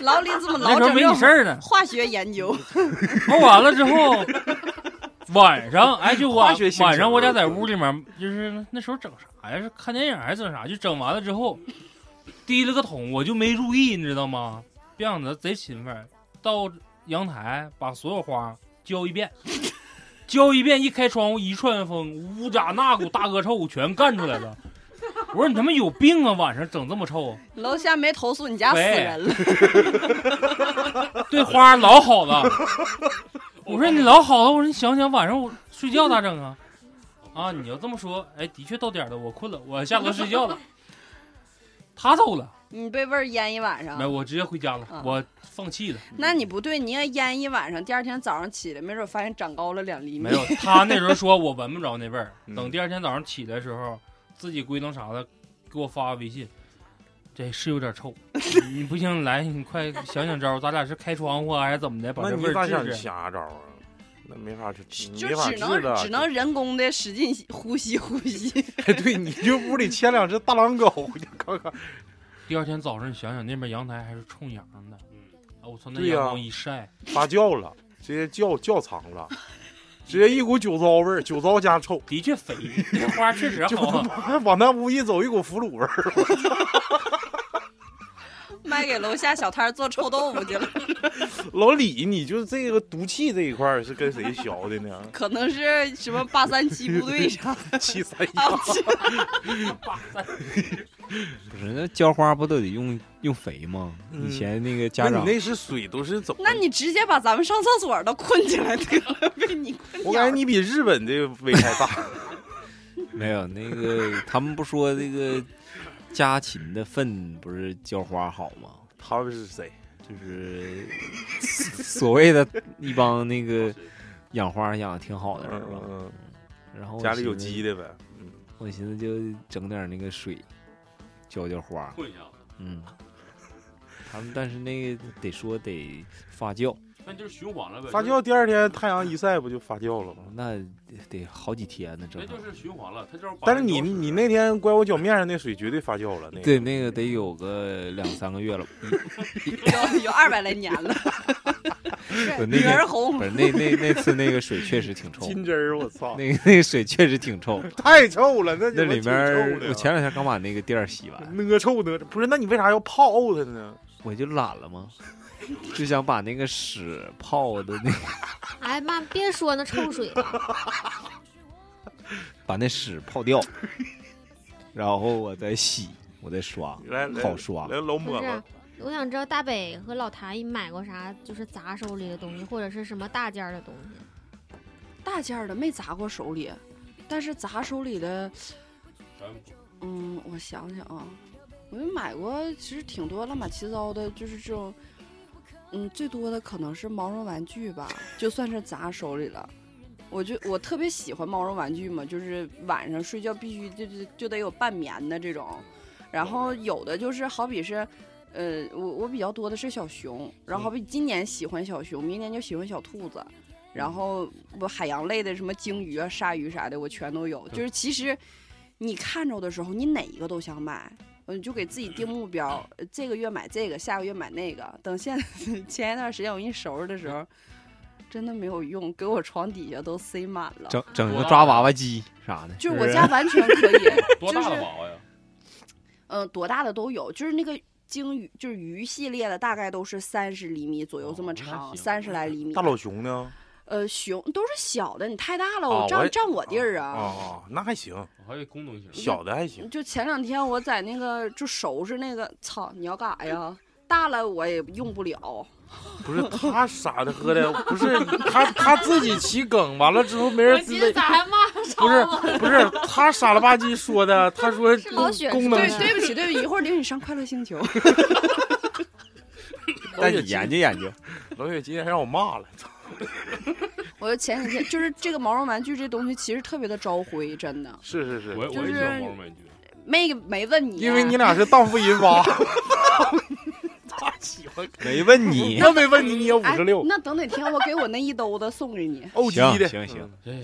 老李怎
那
么老
时候
整
没
这
你事
种
儿呢。
化学研究？
沤完了之后，晚上哎，就
化
晚
学性质
晚上我俩在屋里面，就是那时候整啥呀？是看电影还是整啥？就整完了之后，提了个桶，我就没注意，你知道吗？别想的贼勤奋，到阳台把所有花浇一遍，浇一遍，一开窗户一串风，呜家那股大恶臭全干出来了。我说你他妈有病啊！晚上整这么臭，
楼下没投诉你家死
喂
人了，
对花老好了。我说你老好了，我说你想想晚上我睡觉咋整啊？啊，你要这么说，哎，的确到点儿了，我困了，我下楼睡觉 了。他走了，
你被味儿淹一晚上
没，。我直接回家了，
啊
我放弃了。
嗯
那你不对，你要腌一晚上，第二天早上起来，没准发现长高了两厘米
没。 有，他那时候说我闻不着那味儿，
嗯
等第二天早上起来的时候，自己归拢啥的，给我发微信，这是有点 臭，你不行来，你快想想招儿，咱俩是开窗户啊还是怎么的，把
那
这
你
味
咋
儿
想
治治。
瞎招啊？那没法治，
就
没法
只
治
能
了。
只能人工的使劲呼吸呼吸，
哎，对，你就屋里牵两只大狼狗，我就看看。
第二天早上，你想想那边阳台还是冲阳的，
嗯，
啊，我操，那
对呀
阳光一晒，
发酵了，直接叫叫藏了，直接一股酒糟味儿，酒糟加臭，
的确肥，这花确实
就
好
他
啊。
妈往那屋一走，一股腐乳味儿。
卖给楼下小摊儿做臭豆腐去了。？
老李，你就这个毒气这一块儿是跟谁学的呢
可能是什么八三七部队啥的。
七三 一，
啊
不是那浇花不都得用用肥吗？
嗯
以前那个
那
家
你
长
那是水都是怎么？
那你直接把咱们上厕所都困起来得了，被你困
我
鸟
感觉你比日本的危害大。
没有那个他们不说这个家禽的粪不是浇花好吗？
他们是谁？
就是 所谓的一帮那个养花养的挺好的人吧。
嗯，
然后
嗯
我
家里有
寻思
鸡，的呗。嗯
我寻思就整点那个水浇浇花。
混一下子，
嗯，他们但是那个得说得发酵，
那就是循环了呗，
发
就是
酵第二天太阳一晒不就发酵了吗？
那得好几天呢，
那
正好
就是循环了，它就是把
但是
那
你
胶水
你那天乖我脚面上那水绝对发酵了，那个
对那个得有个两三个 月了，
有有二百来年了，
不是那
女
个
儿红
不是那那那次那个水确实挺 臭，
金针儿，我操，
那个那个水确实挺臭，
太臭 了，那
那里面儿我前
前
两天刚把那个垫儿洗完，
哪臭哪，不是？那你为啥要泡它呢？
我就懒了吗？ 就想把那个屎泡的那
哎妈，别说那臭水了，
把那屎泡掉，然后我再洗，我再刷，
来来
好啊刷
来。老
不
抹
是
了，。
我想知道大北和老谭，你买过啥就是砸手里的东西，或者是什么大件儿的东西？
大件儿的没砸过手里，但是砸手里的，
咱
嗯，我想想啊，我就买过，其实挺多乱七八糟的，就是这种，嗯，最多的可能是毛绒玩具吧，就算是砸手里了。我就我特别喜欢毛绒玩具嘛，就是晚上睡觉必须就就就得有半棉的这种，然后有的就是好比是，呃，我我比较多的是小熊，然
嗯
后好比今年喜欢小熊，明年就喜欢小兔子，然
嗯
后我海洋类的什么鲸鱼啊、鲨鱼啥的，我全都
嗯
有。就是其实你看着的时候，你哪一个都想买，嗯，就给自己定目标，呃这个月买这个，下个月买那个。等现 前一段时间我一收拾的时候，真的没有用，给我床底下都塞满了。
整整个抓娃娃机啥的，
就是我家完全 可 以，
多大
就是
的娃娃呀？
嗯，多大的都有，就是那个鲸鱼，就是鱼系列的，大概都是三十厘米左右这么
哦那
长，
行
三十来厘米。
大老熊呢？
呃，熊都是小的，你太大了，
啊
我
我
占
也
占我地儿
啊
啊。
啊，那还行，
我还以为功能型，
小的还行。
就前两天我在那个就收拾那个，操，你要干啥呀？大了我也用不了，
不是他傻的喝的，不是他他自己起梗，完了之后没
我
人
寻
知
思
道。
咋还骂
不
上
是
了？
不是他傻了吧唧说的，他说
是
功
老雪
功
是
能
吧
对
性，
对不起，对不起，一会儿领你上快乐星球。
但你研究研究，
老雪今天让我骂了，
我就前几天就是这个毛绒玩具这东西，其实特别的招灰，真的。
是是是
我
就
我也喜欢
是
毛绒玩具，
没没问你，
因为你俩是荡妇淫 娃，他喜欢，
没 问你。
我没问你，你也五
哎
十六，哦
那等哪天我给我那一兜子送给你。
欧
行
鸡的，
行行，
哎，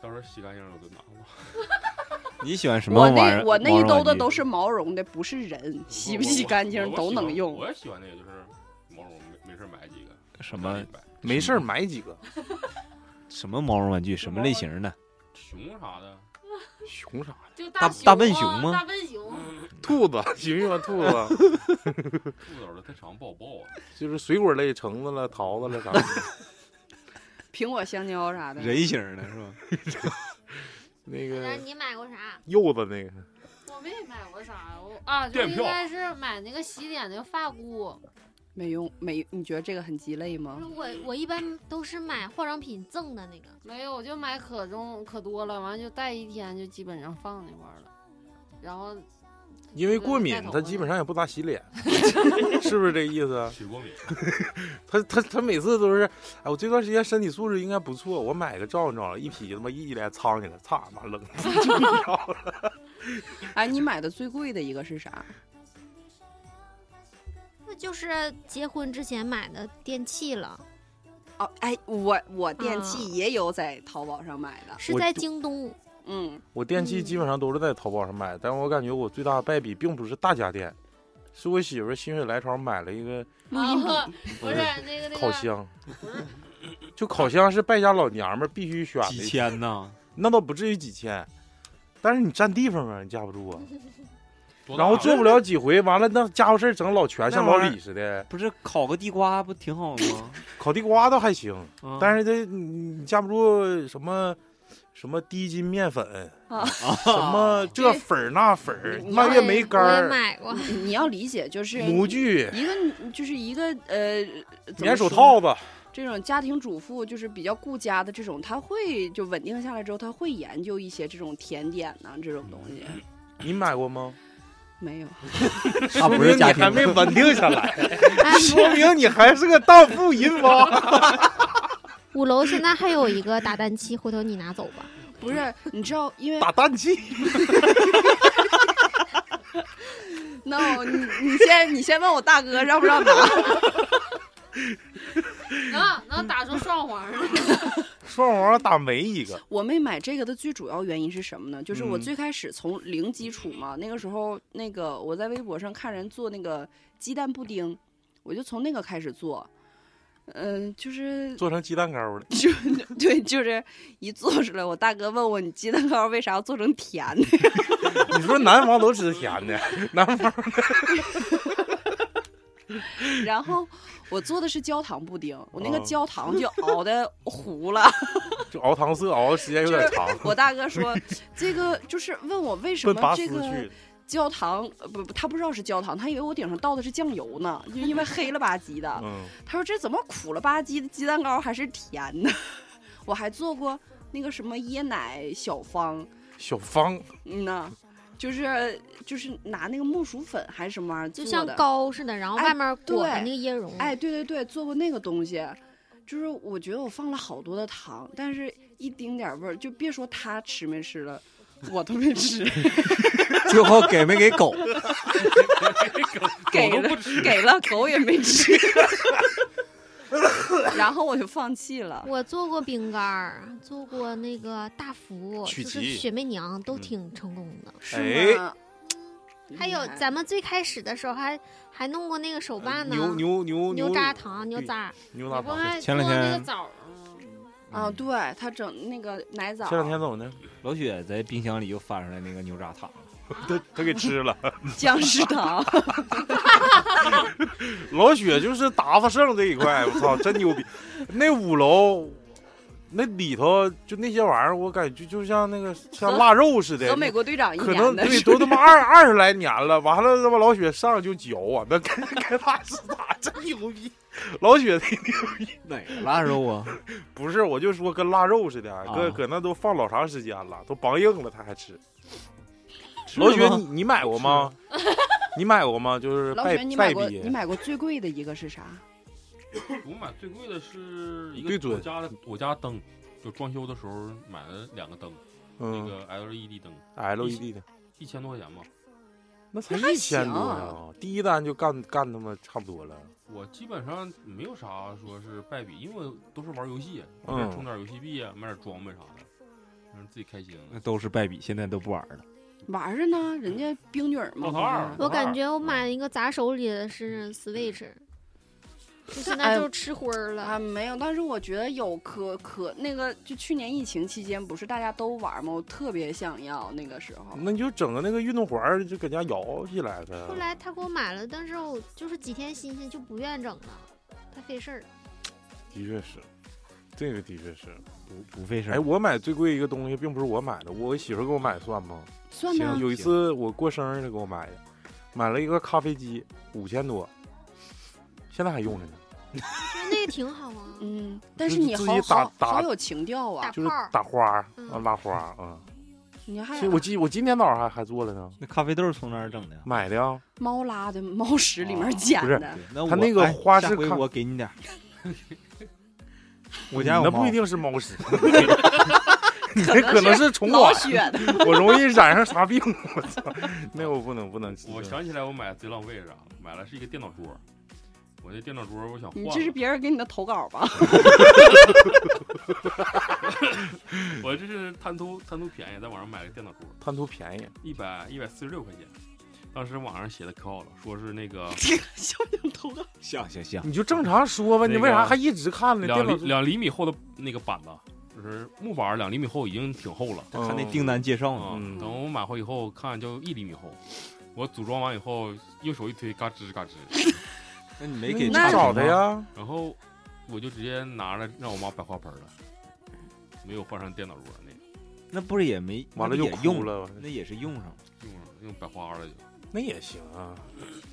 到时候洗干净了我就拿过来。
你喜欢什么
我
玩意
那
儿？
我那一兜子都
是
是毛绒的，不是人，洗不洗
我
干净
我
都
喜欢
能用。
我也喜欢那个，就是毛绒，没没事买几个。
什
家
么
里摆
没事儿买几个
什么毛绒玩具，什么类型的？
熊啥的，
熊啥
就
大
熊
大笨
啊
熊吗
大笨熊，
的，兔 子喜不喜欢兔子？
兔子儿的太长不好抱啊。
就是水果类，橙子了，桃子了啥的。
苹果、香蕉啥 的。
人型的是吧？
那
然
个
你买过啥？
柚子那个，
我没买过啥，我啊，就
电
应
票
该是买那个洗脸的发箍。
没用，没，你觉得这个很鸡肋
不
吗
是？我，我一般都是买化妆品赠的那个。
没有，我就买可中可多了，完了就带一天，就基本上放那块儿了。然后
因为过敏
带，头发
他基本上也不咋洗脸，是不是这意思？啊
水 过敏，
他他他每次都是，哎，我这段时间身体素质应该不错，我买个照照，一匹他妈一脸苍蝇了，操他妈扔了。
哎，你买的最贵的一个是啥？
那就是结婚之前买的电器了，
哦，哎，我我电
啊
器也有在淘宝上买的。
是
我
在
就
京东。
嗯，
我电器基本上都是在淘宝上买的，但我感觉我最大的败笔并不是大家电，是我媳妇儿心血来潮买了一个
录音笔
啊不是那个那个
烤箱
不是，
就烤箱是败家老娘们儿必须选
几
的，
千呢？
那倒不至于几千，但是你占地方啊，你架不 住啊。
多大
然后
了
做不了几回，完了那家伙事儿整老全，像
那
老
玩意儿
李似的。
不是烤个地瓜不挺好吗？
烤地瓜倒还行，
嗯
但是这你你架不住什么什么低筋面粉，
啊
什么这粉儿那粉儿，
你
蔓越莓干
我也
儿、
买过，
你你要理解，就是
模具、
一个女就是一个呃，怎么
棉手
说
套子，
这种家庭主妇就是比较顾家的这种，她会就稳定下来之后，她会研究一些这种甜点呐、这种东西。
你买过吗？
没有，
啊，不是家庭
说明你还没稳定下 来，
哎，
说明你还是个荡妇淫娃。
五楼现在还有一个打蛋器，回头你拿走吧。
不是，你知道，因为
打蛋器，
no，你你先你先问我大哥让不让拿。
啊，然后 打出双黄了。
双黄打没一个，
我没买这个的最主要原因是什么呢？就是我
嗯
最开始从零基础嘛，那个时候那个我在微博上看人做那个鸡蛋布丁，我就从那个开始做。嗯、就是
做成鸡蛋糕了。
就 对，就是一做出来，我大哥问我你鸡蛋糕为啥要做成甜的？
你说南方都吃甜的，南方
然后我做的是焦糖布丁，我那个
哦
焦糖就熬的糊了。
就熬糖色熬的时间 有点长，
我大哥说，这个就是问我为什
奔
么
拔
这
丝
个
去。
焦糖，呃不不，他不知道是焦糖，他以为我顶上倒的是酱油呢，就因为黑了吧唧的。
嗯，
他说这怎么苦了吧唧的鸡蛋糕还是甜的？ 我还做过那个什么椰奶小方，
小方
嗯呐，就是就是拿那个木薯粉还是什么玩意儿
就
做
像
的
糕似的，然后
哎
外面裹
对
着那个椰蓉。
哎，对对对，做过那个东西，就是我觉得我放了好多的糖，但是一丁点儿味儿，就别说他吃没吃了，我都没吃，
最后给没给狗？
给
狗都
了
不吃
给了狗也没 吃，然后我就放弃了。
我做过饼干儿，做过那个大福，
曲
就是
奇
雪媚娘，都
嗯
挺成功的。
是
哎
吗？
还有
厉害
咱们最开始的时候还还弄过那个手办呢，
牛牛牛
牛轧糖、牛杂儿，
牛
我
大
不
糖。
还
前
做
两天
那个枣儿吗？
啊，对他整那个奶枣，
前两天怎么的？
老雪在冰箱里又翻出来那个牛轧糖，
他他给吃 了。
姜 丝糖，
老雪就是打发剩这一块，我操，真牛逼！那五楼那里头就那些玩意儿，我感觉就像那 个像腊肉似的
和，美国队长一
可
年
能
的
对
是
都他妈二二十来年了。完了，他妈老雪上来就嚼啊，那该该他是他，真牛逼！老雪那
哪个腊肉啊？
不是，我就说跟腊肉似的，搁
啊
搁那都放老长时间了，都梆硬了，他还吃。
吃
老雪，
吗
你你买过吗？你买过吗？就是
老
拜
雪，你买
拜
过你
笔，
买过最贵的一个 是啥？
我买最贵的是一
对
个
准
我家的我家灯，就装修的时候买了两个灯，那
嗯
个 LED 灯，
，LED 的，
一千多块钱吧。
那才
那还
一千多呀
行！
第一单就干干他妈差不多了，
我基本上没有啥说是败笔，因为都是玩游戏，
嗯
买点充点游戏币啊，买点装备啥的，让自己开心。
那都是败笔，现在都不玩了。
玩着呢，人
嗯
家冰女儿嘛。
老头儿
不是
我感觉我买一个砸手里的是 Switch，就现
哎
在就是吃灰儿了。
啊，没有，但是我觉得有可可那个，就去年疫情期间，不是大家都玩吗？我特别想要那个时候。
那你就整个那个运动环儿就搁家摇起来呗。
后来他给我买了，但是我就是几天新鲜就不愿整了，太费事儿。
的确是，这个的确是。
不不费事
哎，
儿。
我买最贵一个东西，并不是我买的，我媳妇儿给我买算吗？
算呢
行，，有一次我过生日，她给我买的，买了一个咖啡机，五千多，现在还用着呢。
那 那个挺好啊，
嗯，但
就是
你
自
好
己打
好
打
好有情调啊
打，
就是
泡儿
打花儿
嗯哎
啊，拉花儿啊。
你还
所以我今我今天早上还还做了呢，
那咖啡豆从哪儿整的？
买的啊。
猫拉的猫屎里面捡
不是
的，
那我
他那个
哎
花式
下回
咖
我给 你点儿。我
你
家有
那不
猫
一定是猫 屎，
可
那可能是虫
老
卵，
雪的。
我容易染上啥病。我操，那我不能不能吃。
我想起来，我买的贼浪费是啥？买了是一个电脑桌，我那电脑桌我想换
你
了，
这是别人给你的投稿 吧？
我这是贪图贪图便宜，在网上买了个电脑桌，
贪图便宜，
一百一百四十六块钱。当时网上写的可好了，说是那个
像不像投稿？
像像像，
你就正常说吧，
那
你
个
为啥还一直看呢？
两
电脑
厘两厘米厚的那个板子，就是木板儿两厘米厚已经挺厚了。
看那订单介绍呢。
啊、
嗯
等我买回以后看就一厘米厚，我组装完以后右手一推，嘎吱嘎吱，
那你没给
你
差
找
评
他
吗？
呀？
然后我就直接拿着让我妈摆花盆了，没有换上电脑桌那个，
那不是也没
完了
那
就
也用
哭，了，
那也是用上了。
用上用摆花了就。
那也行啊。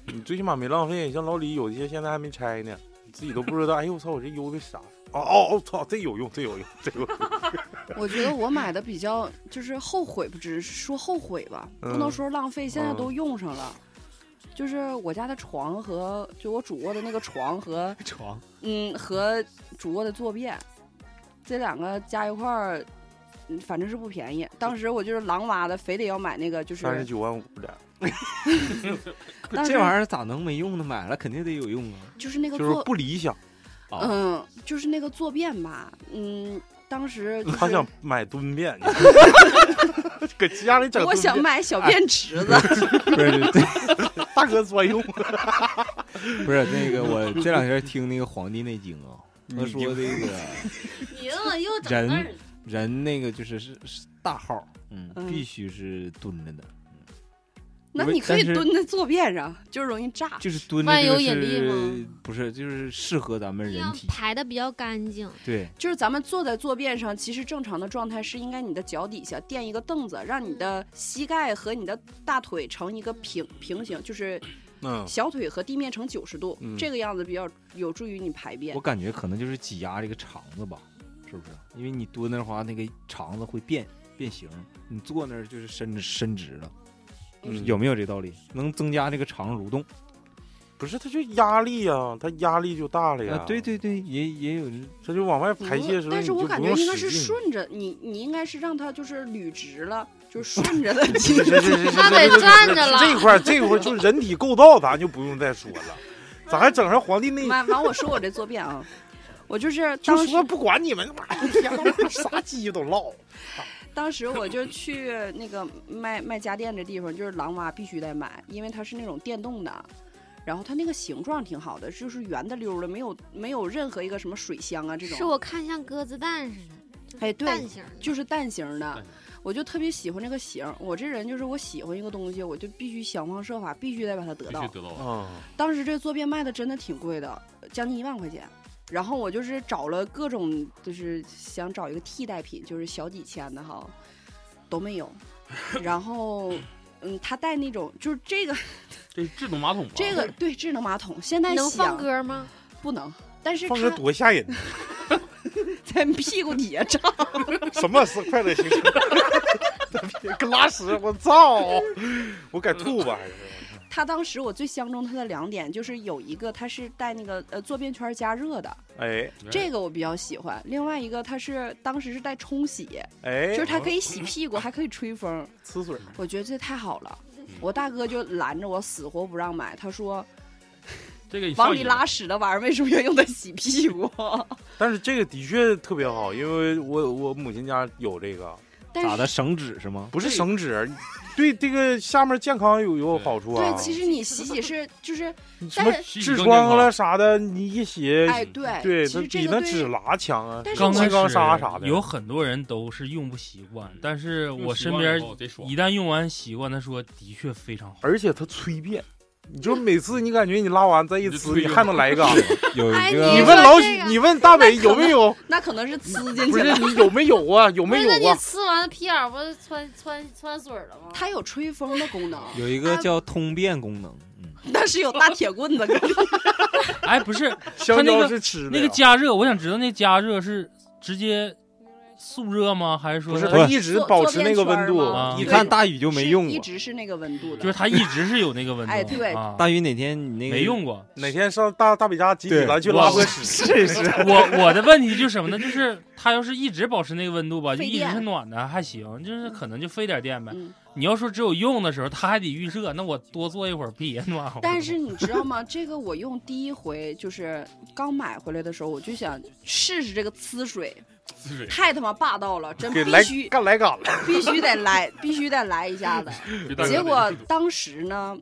你最起码没浪费，像老李有一些现在还没拆呢，自己都不知道。哎呦我操，我这邮的啥？哦哦哦，操，这有用，这有用，这有用。
我觉得我买的比较就是后悔，不只是说后悔吧，不能
嗯
说浪费，现在都用上了。就是我家的床和就我主卧的那个床和
床
嗯和主卧的坐便，这两个加一块儿，嗯反正是不便宜。当时我就是狼挖的，非得要买那个，就是
三十九万五 的，
当时
这玩意儿咋能没用呢？买了肯定得有用啊，
就是那个
就是
坐
不理想。
啊，
嗯，就是那个坐便吧，嗯，当时就是
他想买蹲便， 搁家里整。
我想，买
哎
小便池子，
不是
大哥专用。
不是那个，我这两天听那个《黄帝内经》啊，他说那个
你怎么又整那儿了？
人那个就是是是大号，嗯，
嗯
必须是蹲着的，
那
我
你可以
但是
蹲在坐便上，就是容易炸。
就是蹲着
万
这个
有引力
是
吗
不是就是适合咱们
这
人
样
体？
排的比较干净。
对，
就是咱们坐在坐便上，其实正常的状态是应该你的脚底下垫一个凳子，让你的膝盖和你的大腿成一个平平行，就是
嗯，
小腿和地面成九十度，
嗯
这个样子比较有助于你排便
我。感觉可能就是挤压这个肠子吧，是不是？因为你蹲那儿的话，那个肠子会变变形，你坐那儿就是伸直伸直了，
嗯
有没有这道理？能增加这个肠蠕动？
不是，他就压力呀、他压力就大了呀。
啊，对，对对，也也有人
他就往外排泄的时候，
但是我
你就
感
不
觉
用
应该是
使劲
顺着你，你应该是让它就是捋直了，就是顺着的进
是。是是是是
他得
是
站着了
这块儿这块儿 就是人体构造，咱就不用再说了，咱还整上《黄帝内经》，
完完，我说我这坐便啊，我就是当
就
时
说不管你们，妈一天到晚啥鸡都唠。
当时我就去那个卖卖家电这地方，就是狼娃必须得买，因为它是那种电动的，然后它那个形状挺好的，就是圆的溜儿的，没有没有任何一个什么水箱啊这种。
是我看像鸽子蛋似的，就是
哎对
蛋形的
就是蛋形
蛋
的
形，
我就特别喜欢这个形儿。我这人就是我喜欢一个东西，我就必须想方设法，必须得把它得
必
到
须。得到。
嗯，
当时这坐便卖的真的挺贵的，将近一万块钱。然后我就是找了各种，就是想找一个替代品，就是小几千的哈，都没 有。然后，嗯，他带那种就是这个
这是智能马桶吧？
这个对智能马桶，现在
能放
想
歌吗？
不能，但是
放歌
他
多吓人，
在屁股底下站，
什么是快乐星 球？跟拉屎，我操！我该吐吧还是？
他当时我最相中他的两点就是有一个他是带那个呃坐便圈加热的，
哎
这个我比较喜欢。另外一个它是当时是带冲洗，
哎，
就是它可以洗屁股，还可以吹风。
呲水儿，
我觉得这太好了。我大哥就拦着我，死活不让买。他说
这个你
往
上
里
瘾
拉屎的玩意儿为什么要用它洗屁股？
但是这个的确特别好，因为我我母亲家有这个，
但
咋
是
的绳纸是吗？
不是省纸，对这这个下面健康有有好处啊。
对，其实你洗洗是就是，
什么
但是
痔疮了，啥的，你一洗，
哎对
对，
其
它
实这
比
个
那纸
对，
拉强啊。
但是
刚
我
开
金刚
始
砂啥的
有很多人都是用不习
嗯
惯，但是我身边
得爽
一旦用完习惯，他说的确非常好。
而且它催便，你就每次你感觉你拉完再一
你就
呲，
催
你
了
还能来 一个。啊
有
哎
一
你
你
个
问老
这
许，
个
你问大伟有没有？
那可能是呲进
不
去
是
了。
你有没有啊？有
不
没
是，那
有
你
啊？
呲完屁眼儿不是穿穿穿水儿了吗？
它有吹风的功能，
有一个叫通便功能，嗯，
但是有大铁棍子。
哎，不 是
香
那
蕉
个
是吃的
那
呀，
个加热，我想知道那加热是直接速热吗？还是说
不是
它
它一直保持那个温度
坐
便圈
坐
吗。
一
你
直
看大宇就没用
啊是一
过，
直是那个 温度的，
就是它一直是有那个温度？
哎对
啊
大宇哪天你那 个
没用过。
哪天上大大北家集体
对
咱去拉
我
个 屎，
试 一试，
我我的问题就是什么呢？就是它要是一直保持那个温度吧，就
费
一
电
直是暖的还行，就是可能就费点电呗。
嗯。
你要说只有用的时候它还得预热，那我多坐一会儿屁也暖和。
但是你知道吗？这个我用第一回就是刚买回来的时候，我就想试试这个呲水，
呲水，
太他妈霸道了，真
给
必
来
须
干来杆了。
必须得来，必须得来一下子。
这大哥
结
得
果当时呢，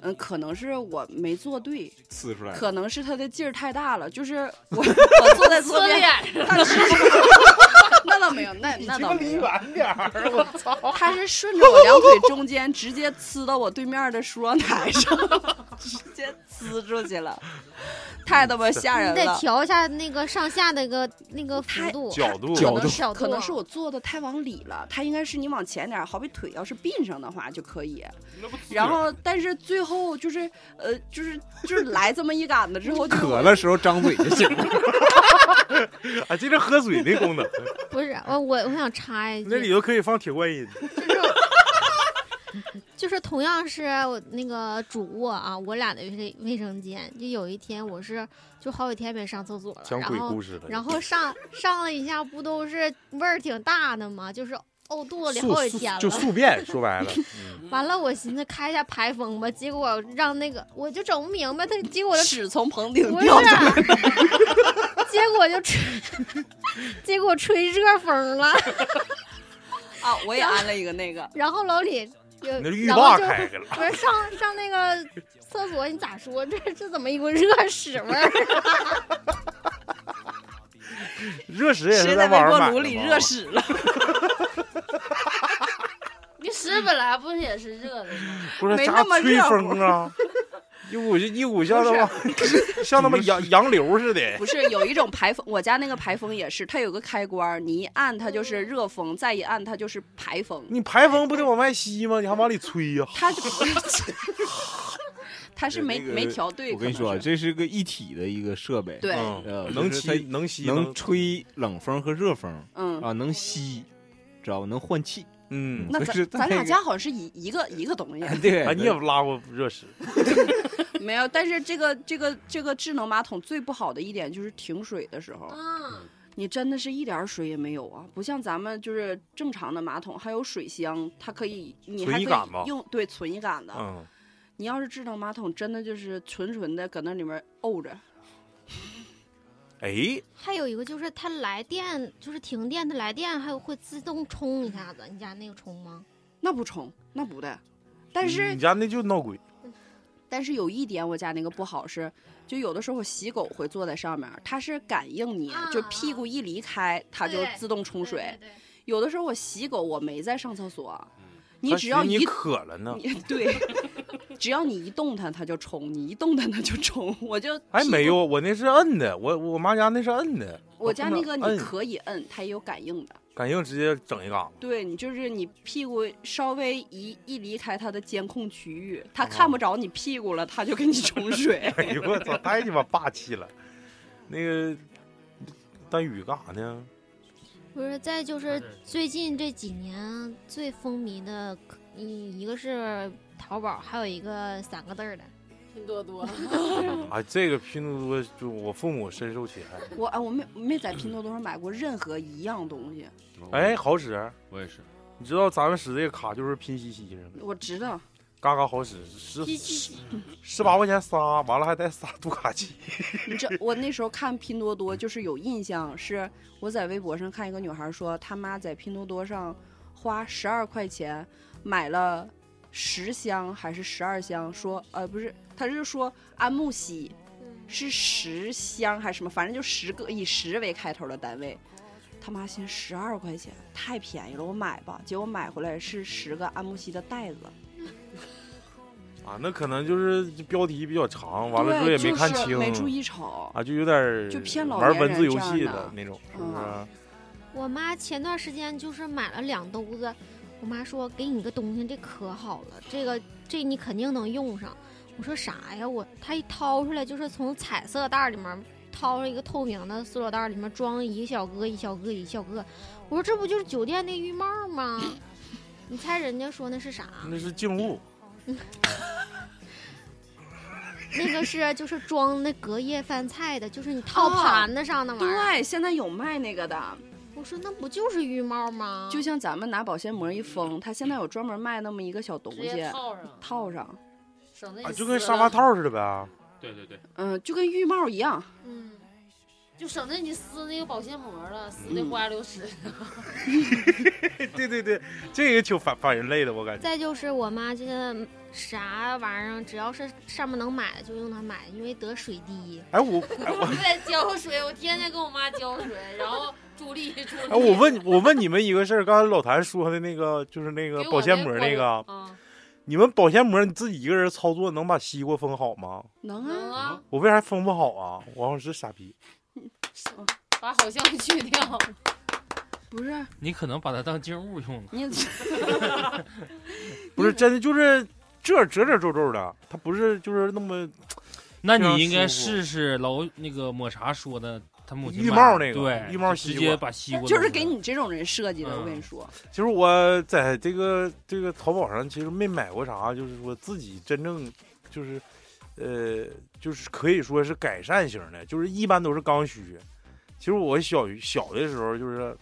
嗯，可能是我没做对，
呲出来了。
可能是他的劲儿太大了，就是我我坐在
呲
坐
脸
便，
儿上，
他吃 那倒没有，那那倒没有。
远点儿，
啊
我操！
他是 顺着我两腿 中间，直接呲到我对面的梳妆台上， 直接呲出去了，太他妈吓人
你得
了。
调一下那个上下的一个那个幅
太
度，
角度，
角
可能
度
是
角度啊
可能是我坐的太往里了，它应该是你往前点儿，好比腿要是并上的话就可以。
那不呲水
然后，但是最后就是呃，就是就是来这么一杆子之 后，就是
渴了时候张嘴就 行了。
啊，这是喝水的功能，
不是我我我想插一句，
那里头可以放铁观音。
就是同样是我那个主卧啊，我俩的卫卫生间，就有一天我是就好几天没上厕所了，
讲鬼
然后
故事了，
然后上上了一下，不都是味儿挺大的吗？就是呕肚子里好几天了，
就宿便，说白了，嗯
完了，我寻思开一下排风吧，结果让那个我就整不明白他，结果就
屎从棚顶
不是
掉下来，
结果就吹， 结果吹热风了。
啊，我也安了一个那 个，
然后老李就，
呃
那浴
然后
霸
就
开开了，
不是上上那个厕所，你咋说？这这怎么一股热屎味儿？
热屎也
谁
是
在微
网上
波
买
炉
的
里
吗
热屎了？
你屎本来不是也是热的吗？
不是
没
加
那么
吹
热乎
风 啊，一股一股像他妈像他妈洋洋流似的，
不是，有一种排风，我家那个排风也是，它有个开关儿，你一按它就是热风，再一按它就是排风。
你排风不得往外吸吗？你还往里吹呀、
它就 它是没
那个
没调对。
我跟你说啊，
可能是
这是个一体的一个设备，
对，
嗯
呃，
能
就是
吸能吸
能，吹冷风和热风
嗯，
啊，能吸，知道吧？能换气。
嗯。
那
但
咱
是
咱
那
俩
个啊
家好像是一一个一个东西，啊
对，
啊
哎，你也拉过热屎，
没有。但是这个这个这个智能马桶最不好的一点就是停水的时候，
嗯，
你真的是一点儿水也没有啊！不像咱们就是正常的马桶，还有水箱，它可以你
存
还可
一杆吧
以用对存一杆的。
嗯，
你要是智能马桶，真的就是纯纯的搁那里面沤着。
哎，
还有一个就是它来电，就是停电，它来电还有会自动冲一下子。你家那个冲吗？
那不冲，那不的。但是、
你家那就闹鬼，
但是有一点我家那个不好是，就有的时候我洗狗会坐在上面，它是感应你，
啊
就屁股一离开，它就
对
自动冲水。有的时候我洗狗我没在上厕所，你
他
只
寻
要
思
一
你渴了呢，
你 对，只要你一动它，它就冲；你一动它，它就冲。我就
哎，
屁股
没有，，我那是摁的，我我妈家那是摁的，
我家那个
不能摁
你可以摁，它也有感应的。
感应直接整一嘎子，
对你就是你屁股稍微一一离开它的监控区域，它看不着你屁股了，它就给你冲
。
水
哎呦我操，太鸡巴霸气了，那个丹宇干啥呢？
不是，再就是最近这几年最风靡的，嗯，一个是淘宝，还有一个三个字儿的。
拼多多，
啊，这个拼多多就我父母深受其害，
我啊，我没没在拼多多上买过任何一样东西，
哎，，好使，
我也是，
你知道咱们使这个卡就是拼夕夕上的，
我知道。
嘎嘎好使，十十八块钱仨，完了还带仨读卡器。
你知道我那时候看拼多多，就是有印象，是我在微博上看一个女孩说，她妈在拼多多上花十二块钱买了十箱还是十二箱，说呃不是，她是说安慕希是十箱还是什么，反正就十个以十为开头的单位。他妈寻十二块钱太便宜了，我买吧。结果买回来是十个安慕希的袋子，
啊，那可能就是标题比较长，完了之后也
对
看
就是
清，
没注意瞅。
啊，就有点儿
就偏老
玩
年
文
人
字游
这样
戏
的
的那种，是不是？
嗯
我妈前段时间就是买了两兜子，我妈说给你个东西，这可好了，这个这你肯定能用上。我说啥呀？我她一掏出来就是从彩色袋里面掏出一个透明的塑料袋，里面装一个小哥一小哥一小哥。我说这不就是酒店那浴帽吗？你猜人家说那是啥？
那是静物，
那个是就是装那隔夜饭菜的，就是你
哦
套盘子上那玩意儿。
对，现在有卖那个的。
我说那不就是浴帽吗？
就像咱们拿保鲜膜一封，它现在有专门卖那么一个小东
直
西
接套上，
套上，
省得你
啊，
撕
就跟
了
沙发，套似的 呗。啊
对对对，
嗯，就跟浴帽一样。
嗯，就省得你撕那个保鲜膜了，撕的
嗯
花流失。
对对对，这个挺反反人类的，我感觉。
再就是我妈现在啥玩意儿，只要是上面能买的就用它买，因为得水滴。
哎，我哎我
我 在浇水， 我天天跟我妈浇水，然后助力助力。
哎，我问我问你们一个事儿，刚才老谭说的那个就是那个
给我
保嗯鲜膜那个，
啊，
你们保鲜膜你自己一个人操作能把西瓜封好吗？
能
能
啊，
啊，
我为啥封不好啊？我好像是傻逼。
把好像去掉。
不是
你可能把它当静物用了。
你，
不是真的，就是这褶褶皱皱的，它不是就是那么
那
非常
你应该
舒服
试试老那个抹茶说的，他母亲
浴
买
帽
的
那个
对，
浴帽
就直
西
接
瓜
把西瓜
就是
弄
给
出来
你这种人设计的。
嗯
我跟你说，
其实我在这个这个淘宝上其实没买过啥，就是说自己真正就是呃，就是可以说是改善型的，就是一般都是刚需。其实我小小的时候就是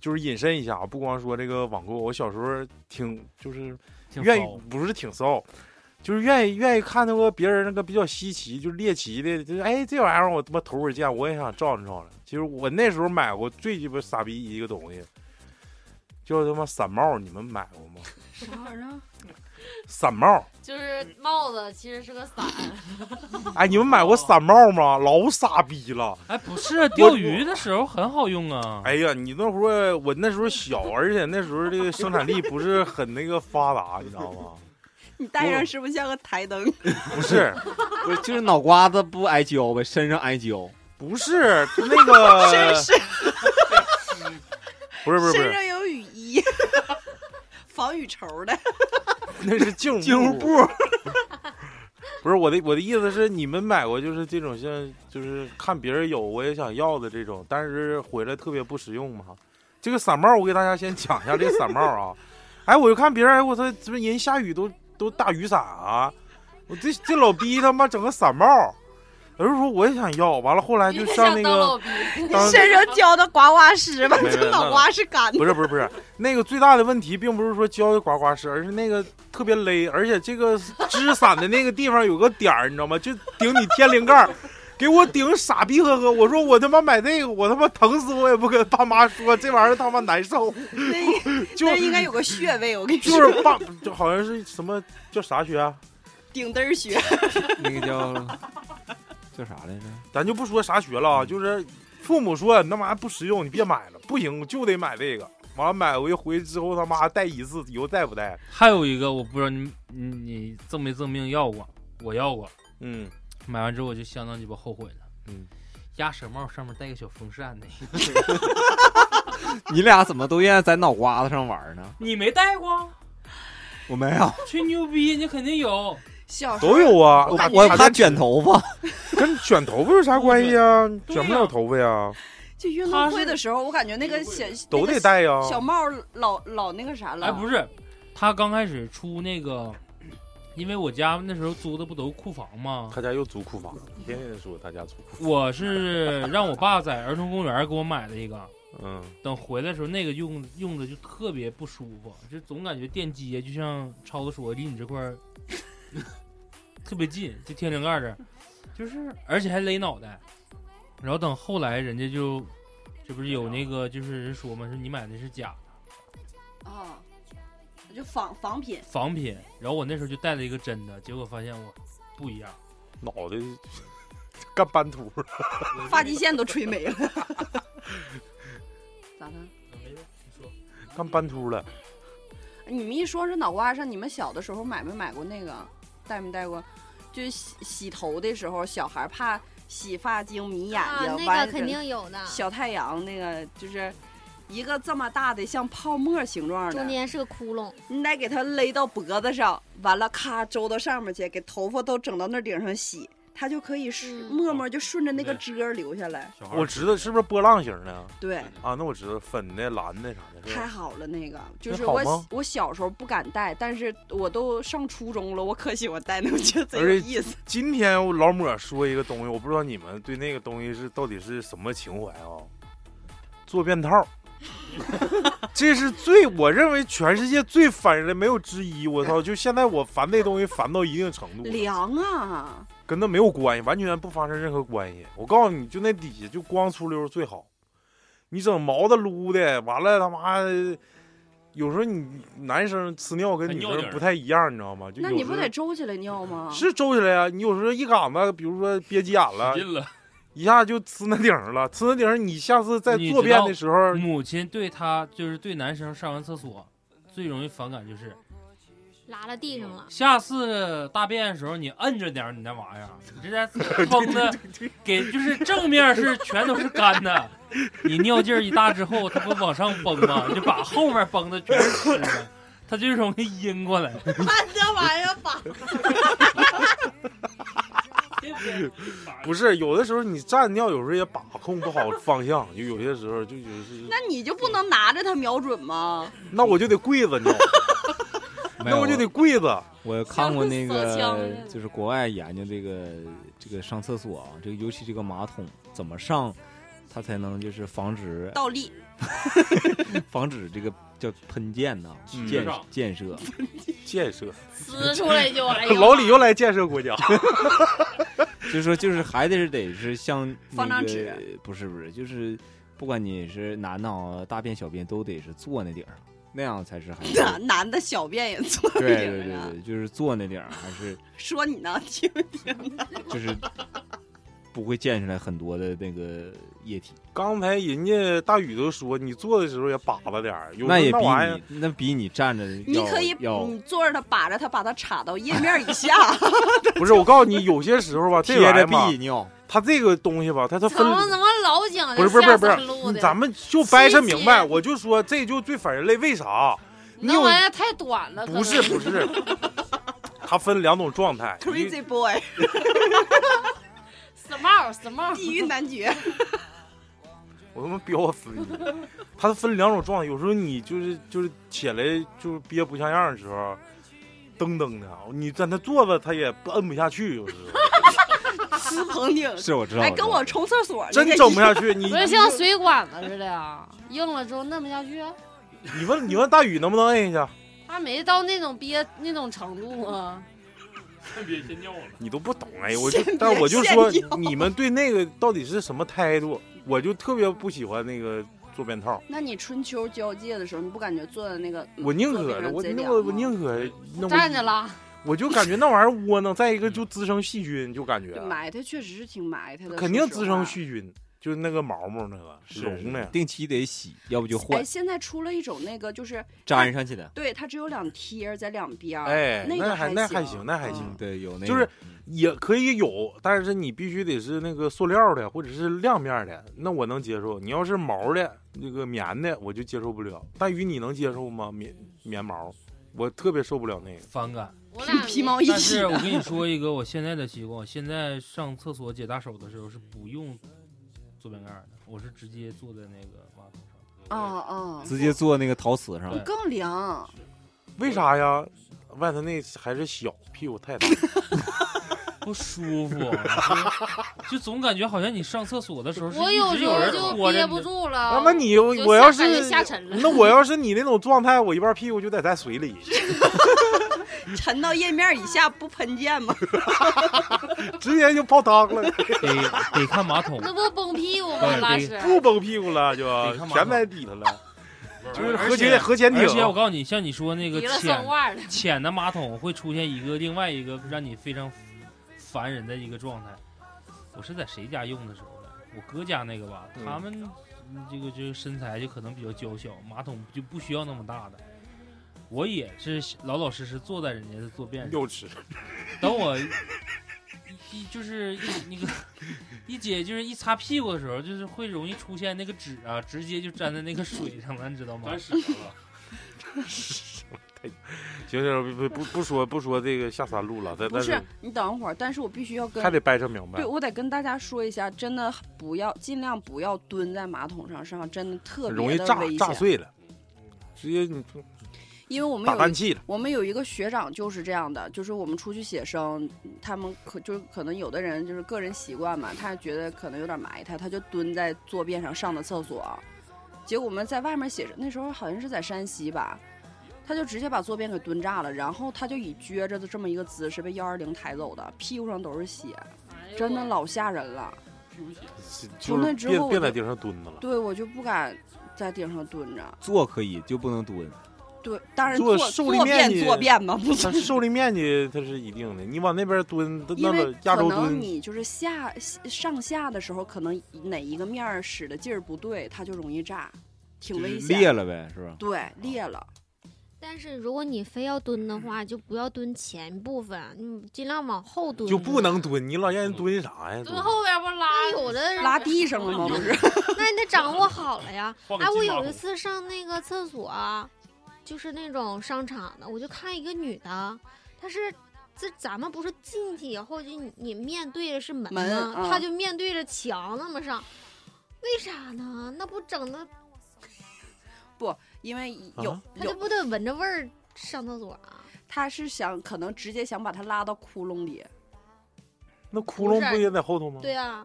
就是引申一下，不光说这个网购，我小时候挺就是
挺
愿
骚
意不是挺骚，就是愿意愿意看到过别人那个比较稀奇，就是猎奇的，就是哎这玩意儿我他妈头儿见，我也想照着照着。其实我那时候买过最鸡巴傻逼一个东西，叫他妈伞帽，你们买过吗？
啥玩意儿啊？
伞帽，
就是帽子其实是个 伞，
哎，你们买过伞帽吗？老傻逼了。
哎，不是啊，钓鱼的时候很好用啊。
哎呀，你那会儿我那时候小，而且那时候这个生产力不是很那个发达，你知道吗？
你戴上是不是像个台灯？
不是，
不是就是脑瓜子不挨浇呗，身上挨浇。
不是，就那个
身
不是不是不
身
是，
上有雨衣， 防雨绸的。
那是净
净
布。 不是我的，我的意思是，你们买过就是这种像，就是看别人有我也想要的这种，但是回来特别不实用嘛。这个伞帽，我给大家先讲一下这个伞帽啊。哎，我就看别人，哎，我操，怎么人下雨都都打雨伞啊？我这这老逼他妈整个伞帽，有人说我也想要，完了后来就上那
当
个
老逼，
当
身上浇的刮刮 湿吧，
没
这
没
脑瓜是干的。
不是不是不是，那个最大的问题并不是说浇的呱呱湿，而是那个特别勒，而且这 个支伞的那个地方有个点儿，你知道吗？就顶你天灵盖儿，给我顶傻逼呵呵。我说我他妈买这个，我他妈疼死我也不跟爸妈说，这玩意儿他妈难受，
那
就
那应该有个穴位，我跟你说，
就是爸，就好像是什么叫啥学、啊，
顶灯 穴。
那个叫叫啥来着？嗯
咱就不说啥学了啊，就是父母说那玩意儿不实用，你别买了，不行，我就得买这个。完了买回回之后，他妈戴一次，以后戴不戴？
还有一个我不知道你你你赠没赠命要过，我要过，
嗯，
买完之后我就相当鸡巴后悔了。
嗯，
鸭舌帽上面带个小风扇那个，
你俩怎么都愿意在脑瓜子上玩呢？
你没戴过？
我没有，
吹牛逼，你肯定有。
小时候
都有啊。
我
大
我
大
怕
家
卷头发，
跟卷头发有啥关系啊？
对
卷不了头发呀，
就运动会的时候，我感觉那个小
都得戴呀
那。个小帽儿老老那个啥了。
哎，不是，他刚开始出那个，因为我家那时候租的不都库房吗？
嗯
他家又租库房，天天说他家租库
我是让我爸在儿童公园给我买的一个，
嗯，
等回来的时候那个用用着就特别不舒服，就总感觉电接，就像超子说离你这块儿 特别近，就天灵盖这儿，就是而且还勒脑袋。然后等后来人家就，这不是有那个就是人说嘛，说你买的是假的
啊，就仿仿品。
仿品，然后我那时候就带了一个真的，结果发现我不一样。
脑袋干斑秃了。
发际线都吹 没了。 咋的？
干斑秃了，
你们一说是脑瓜上，你们小的时候买没买过那个？戴没戴过？就是洗洗头的时候，小孩怕洗发精迷眼
啊，
睛，
那
完
个肯定有的，
小太阳那个就是。一个这么大的像泡沫形状
中
的，
间是个窟窿，
你得给它勒到脖子上，完了咔周到上面去，给头发都整到那顶上洗，它就可以是
嗯
沫沫就顺着那个
对
汁儿流下来。
小孩儿
我知道是不是波浪形的
对，
啊？那我知道粉的、蓝的啥的，是
太
吧？
好了，那个就是
那好
我
吗
我小时候不敢戴，但是我都上初中了，我可喜欢戴那，我觉得贼有
而且
意思。
今天我老抹说一个东西，我不知道你们对那个东西是到底是什么情怀啊？做便 套，这是最我认为全世界最烦人的，没有之一。我操！就现在我烦那东西烦到一定程度了，
凉啊，
跟那没有关系，完全不发生任何关系。我告诉你，就那底下就光出溜最好，你整毛的撸的，完了他妈的，有时候你男生呲尿跟
还
女
尿
生
点儿
不太一样，你知道吗？就
那
有
你
时
不
候
得周起来尿吗？
啊
是周起来呀、你有时候一杆子，比如说憋急眼了
使，劲了，
一下就呲那顶儿了，呲那顶儿，你下次 在
你
坐
知
便
道
的时 候，
母亲对他就是对男生上完厕所最容易反感就是，
拉到地上了。
下次大便的时候你摁着点儿你那玩意儿，你这在崩的给就是正面是全都是干的，你尿劲儿一大之后，它不往上崩吗？你就把后面崩的全是湿的，它就容易阴过来。
看这玩意儿吧，
不是有的时候你站尿，有时候也把控不好方向，就有些时候就有是，
那你就不能拿着它瞄准吗？
那我就得跪着尿，
没
那
有
我就得跪着，
我看过那
像个扫
个
枪，
就是国外研究这个这个上厕所啊，这个尤其这个马桶怎么上，它才能就是防止
倒立，
防止这个叫喷溅呐，
嗯
建建 设，
建设，。
撕出
哎
来就来
老李又来建设国家，
就是说就是还得是得是像
放
那
张
个
纸，
不是不是，就是不管你是男的啊，大便小便都得是坐那顶儿，那样才是还 是
男男的小便也坐
对
顶
对对
着呢，
对，就是坐那顶儿还是
说你呢，听
就是不会溅出来很多的那个液体，
刚才人家大宇都说，你做的时候也把着点儿，有时候
那也比
玩意儿
你那比你站着
你
要
可以
要
你坐着它，把着它，把它插到页面 以下，
不是。我告诉你，有些时候吧，这
贴
玩意
着
儿吧
壁，尿，
它这个东西吧，它它
怎
分
么怎么老讲
不
究
是不是不
下
是不
三路
是，
的？
咱们就掰扯
细节
明白。我就说这就最反人类，为啥？你
那
有
玩意儿太短了，可
不是
能
不 是，它分两种状态。一
Crazy Boy，
smart smart。
地狱 男爵，
我他妈彪死你！它分两种状态，有时候你就是就是起来就是憋不像样的时候，噔噔的，你在那坐着它也不摁不下去，有时候
司鹏顶，
是我知道，
哎，跟我冲厕所
真整不下去。你
不是像水管子似的啊，硬了之后弄不下去啊，
你问你问大宇能不能摁一下？
他没到那种憋那种程度啊。
别先尿了。
你都不懂哎，我就
先别
但我就说
先尿
你们对那个到底是什么态度？我就特别不喜欢那个坐便套，
那你春秋交界的时候，你不感觉坐在那个
我宁
坐
可
地上
我
贼
那
凉
我
吗
我宁可那我
站着拉，
我就感觉那玩意儿窝囊，再一个就滋生细菌，就感觉
对埋汰确实是挺埋汰的，
啊肯定
说实
滋生
话。
细菌，就是那个毛毛那个
是
绒的，
定期得洗，要不就
哎，
换
现在出了一种那个，就是
粘上去的。
对它只有两贴儿在两边儿，
哎，
啊那
那
个
还那还行，那还
嗯
行，
对，有那
就是
个嗯
也可以有，但是你必须得是那个塑料的或者是亮面的，那我能接受。你要是毛的那个棉的，我就接受不了。大鱼，你能接受吗？棉棉毛，我特别受不了那个。
反
啊
感。
我俩
皮毛一
但
起
是我跟你说一个我现在的习惯，我现在上厕所解大手的时候是不用坐便盖的，我是直接坐在那个马桶上。
啊啊，
直接坐那个陶瓷上
对，
更凉。
为啥呀？外头那还是小，屁股太大。
不舒服，
啊
就就总感觉好像你上厕所的时候是
我有
一直
时
有
候
人
就
拖着
憋
你
不
的，
住了
啊。那你
就
我
下
要
感觉
是
下沉了
那我要是你那种状态，我一半屁股就得在水里，
沉到页面以下不喷溅吗？
直接就泡汤了，
得得看马桶，
那不崩屁股吗？
对
拉
对
屎。
不崩屁股了就
你看马桶
全在底下了，就是
而
核
且
潜核潜艇。
而且我告诉你，像你说那个
提了
浅
算腕了，
浅的马桶会出现一个另外一个让你非常烦人的一个状态。我是在谁家用的时候呢？我哥家那个吧，
嗯
他们嗯这个这个身材就可能比较娇小，马桶就不需要那么大的。我也是老老实实坐在人家的坐便上，
又吃，
等我一一就是一那个一姐就是一擦屁股的时候，就是会容易出现那个纸啊，直接就粘在那个水上了，你知道吗
咱？屎了，
行行，不不不说不说这个下三路了，但
不
但
是，你等会儿，但是我必须要跟
还得掰扯明白
对，。我得跟大家说一下，真的不要，尽量不要蹲在马桶上上，真的特
容
别
易
的
炸
危
炸
险。
碎了，直接你
因为我们
打
有
氮
一
气了。
我们有一个学长就是这样的，就是我们出去写生，他们可就是可能有的人就是个人习惯嘛，他觉得可能有点埋汰，他就蹲在坐便上上的厕所，结果我们在外面写生，那时候好像是在山西吧。他就直接把坐便给蹲炸了，然后他就以撅着的这么一个姿势被幺二零抬走的，屁股上都是血，真的老吓人了。
就
那
是
之
别
后我
别
就
在地上蹲着了，
对我就不敢在顶上蹲着。
坐可以，就不能蹲。
对，当然
做
坐
受力
坐
面
便
积
坐便嘛，不
它 受力面积它是一定的。你往那边蹲，它
因
那
为
个亚
可
洲
能
蹲，
你就是下上下的时候，可能哪一个面儿使的劲儿不对，它就容易炸，挺
就是
危险。
裂了呗，是吧？
对，裂了。
但是如果你非要蹲的话，就不要蹲前部分，你尽量往后蹲。
就不能。蹲，你老让人蹲啥呀？
蹲后边不拉
那有的人
拉地上了吗？不是，
那你得掌握好了呀。
换个
哎，我
金马
有
桶
一次上那个厕所啊，就是那种商场的，我就看一个女的，她是这咱们不是进去以后就你你面对着是门
门
吗？
嗯
她就面对着墙那么上，为啥呢？那不整 的
因为
啊
有、
她就
有，
不得 闻着味儿上厕所啊？
他是想可能直接想把它拉到窟窿里，
那窟窿
不是
不也在后头吗？
对啊，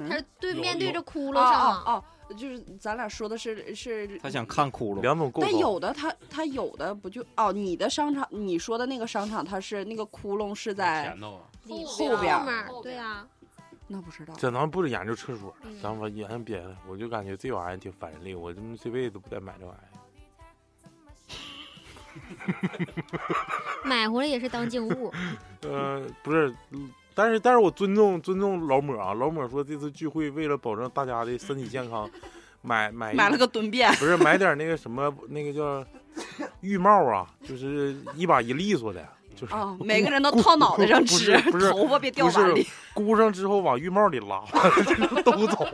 嗯
他是对
有
面对
有
着窟
哦
窿上啊
哦
了，
哦，就是咱俩说的是是
他想看窟窿，
两种构
但
造。
有的它它有的不就哦，你的商场你说的那个商场，它是那个窟窿是在
前头啊，
里
后
后
边儿
面儿
后
对
边儿
啊，
那不知道，
这咱们不是研究厕所
嗯，
咱们研究别的，我就感觉这玩意儿挺烦人类，我他妈这辈子都不带买这玩意儿。
买回来也是当 静物。
呃，不是，嗯但是但是我尊重尊重老抹啊，老抹说这次聚会为了保证大家的身体健康，买买一
买了个蹲便，
不是买点那个什么那个叫浴帽啊，就是一把一利索的，就是
啊，每个人都套脑袋上
不
吃
是不，是
头发别掉
不
碗
是
里。
箍上之后往浴帽里拉，都走。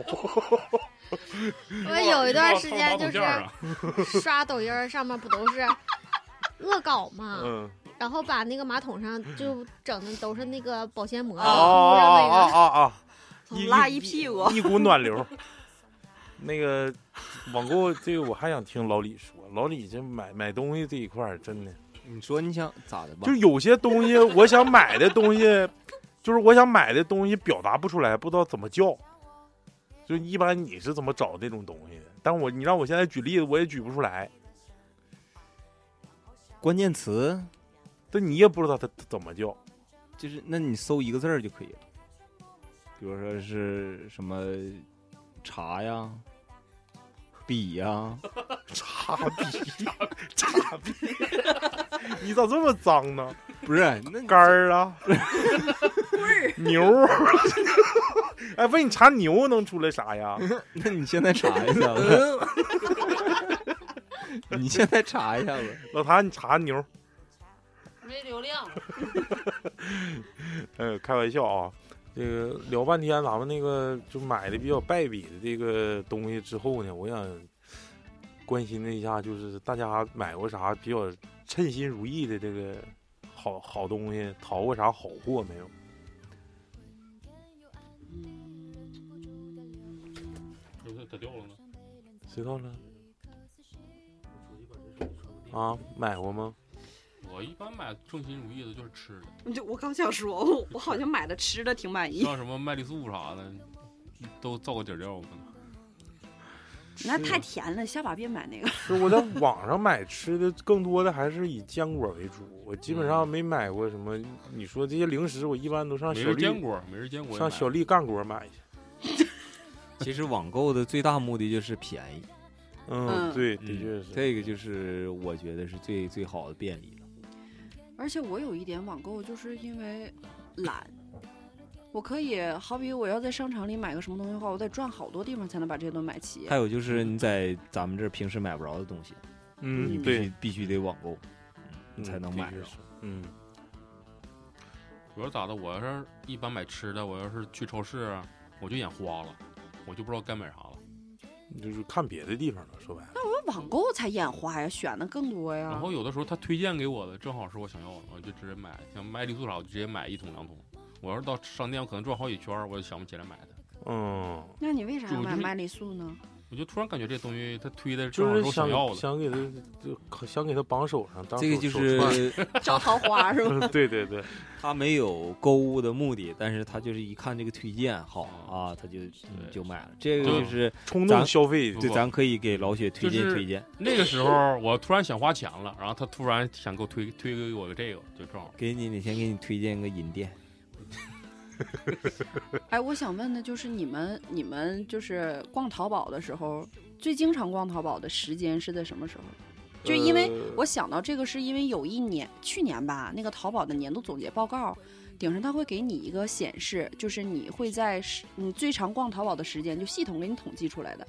我有一段时间就
一会儿啊
啊
一会儿
是 刷抖音儿，上面不都 是恶搞嘛，
嗯，
然后把那个马桶上就整的都是那个保鲜膜，
哦哦哦哦哦哦，
拉一屁股
一股暖流。那个网购这个我还想听老李说，老李这买买东西这一块儿真的。
你说你想咋的吧？
就有些东西，我想买的东西， 就是我想买的东西表达不出来，不知道怎么叫。就一般你是怎么找这种东西的？但我你让我现在举例子，我也举不出来。
关键词
但你也不知道它它怎么叫。
就是，那你搜一个字儿就可以了，比如说是什么茶呀、笔呀，
叉 逼，叉逼， 你咋这么脏呢？
不是那
杆儿啊，牛 儿。啊哎，问你查牛能出来啥呀？
那你现在查一 下吧， 你现在查一下吧。
老谭，你查牛。
没流量。
呃，开玩笑啊，这个聊半天咱们那个就买的比较败笔的这个东西之后呢，我想关心了一下，就是大家买过啥比较称心如意的这个好好东西，淘过啥好货没有？
就是它掉了呢。
谁到了？啊，买过吗？
我一般买称心如意的就是吃 的，
我就我刚想说，我我好像买的吃的挺满意。
像什么麦丽素啥的，都造个底儿料。我可能
那太甜了，下把别买那个。
是我在网上买吃的，更多的还是以坚果为主。我基本上没买过什么，你说这些零食，我一般都上
每
小
日坚
丽
果，每日坚果也
上
买
小丽干果买去。
其实网购的最大目的就是便宜，
嗯，
嗯
对，
嗯
的确是。
这个就是我觉得是最最好的便利了。
而且我有一点网购，就是因为懒，我可以好比我要在商场里买个什么东西的话，我得转好多地方才能把这些东西买齐
还。有就是你在咱们这儿平时买不着的东西，你
嗯，
必
对
须，必须得网购，嗯你才能买着。
嗯，
主要咋的？我要是一般买吃的，我要是去超市，啊我就眼花了，我就不知道该买啥了。
就是看别的地方了，说白了。
那网购才眼花呀，选的更多呀
然。后有的时候他推荐给我的正好是我想要的，我就直接买。像麦丽素啥，我就直接买一桶两桶。我要是到商店，我可能转好几圈儿，我也想不起来买的。
嗯，
那你为啥要
主
买
力
麦丽素呢？
我就突然感觉这东西他推的正
就
好
是
我
想
要的。
想给他就想给他绑手上，当
这个
手
就
手串
是
招桃花是吧？
儿 对对对，
他没有购物的目的，但是他就是一看这个推荐好
嗯
啊，他就嗯
对
就买了。这个就是
冲
咱
动消费
不
对，咱可以给老雪推荐
就是
推荐，
那个时候我突然想花钱了，然后他突然想给我推推给我个这个，就正好。
给你哪天给你推荐个银店，
哎，我想问的就是你们，你们就是逛淘宝的时候，最经常逛淘宝的时间是在什么时候？就因为
呃
我想到这个，是因为有一年，去年吧，那个淘宝的年度总结报告顶上，它会给你一个显示，就是你会在时你最常逛淘宝的时间，就系统给你统计出来的，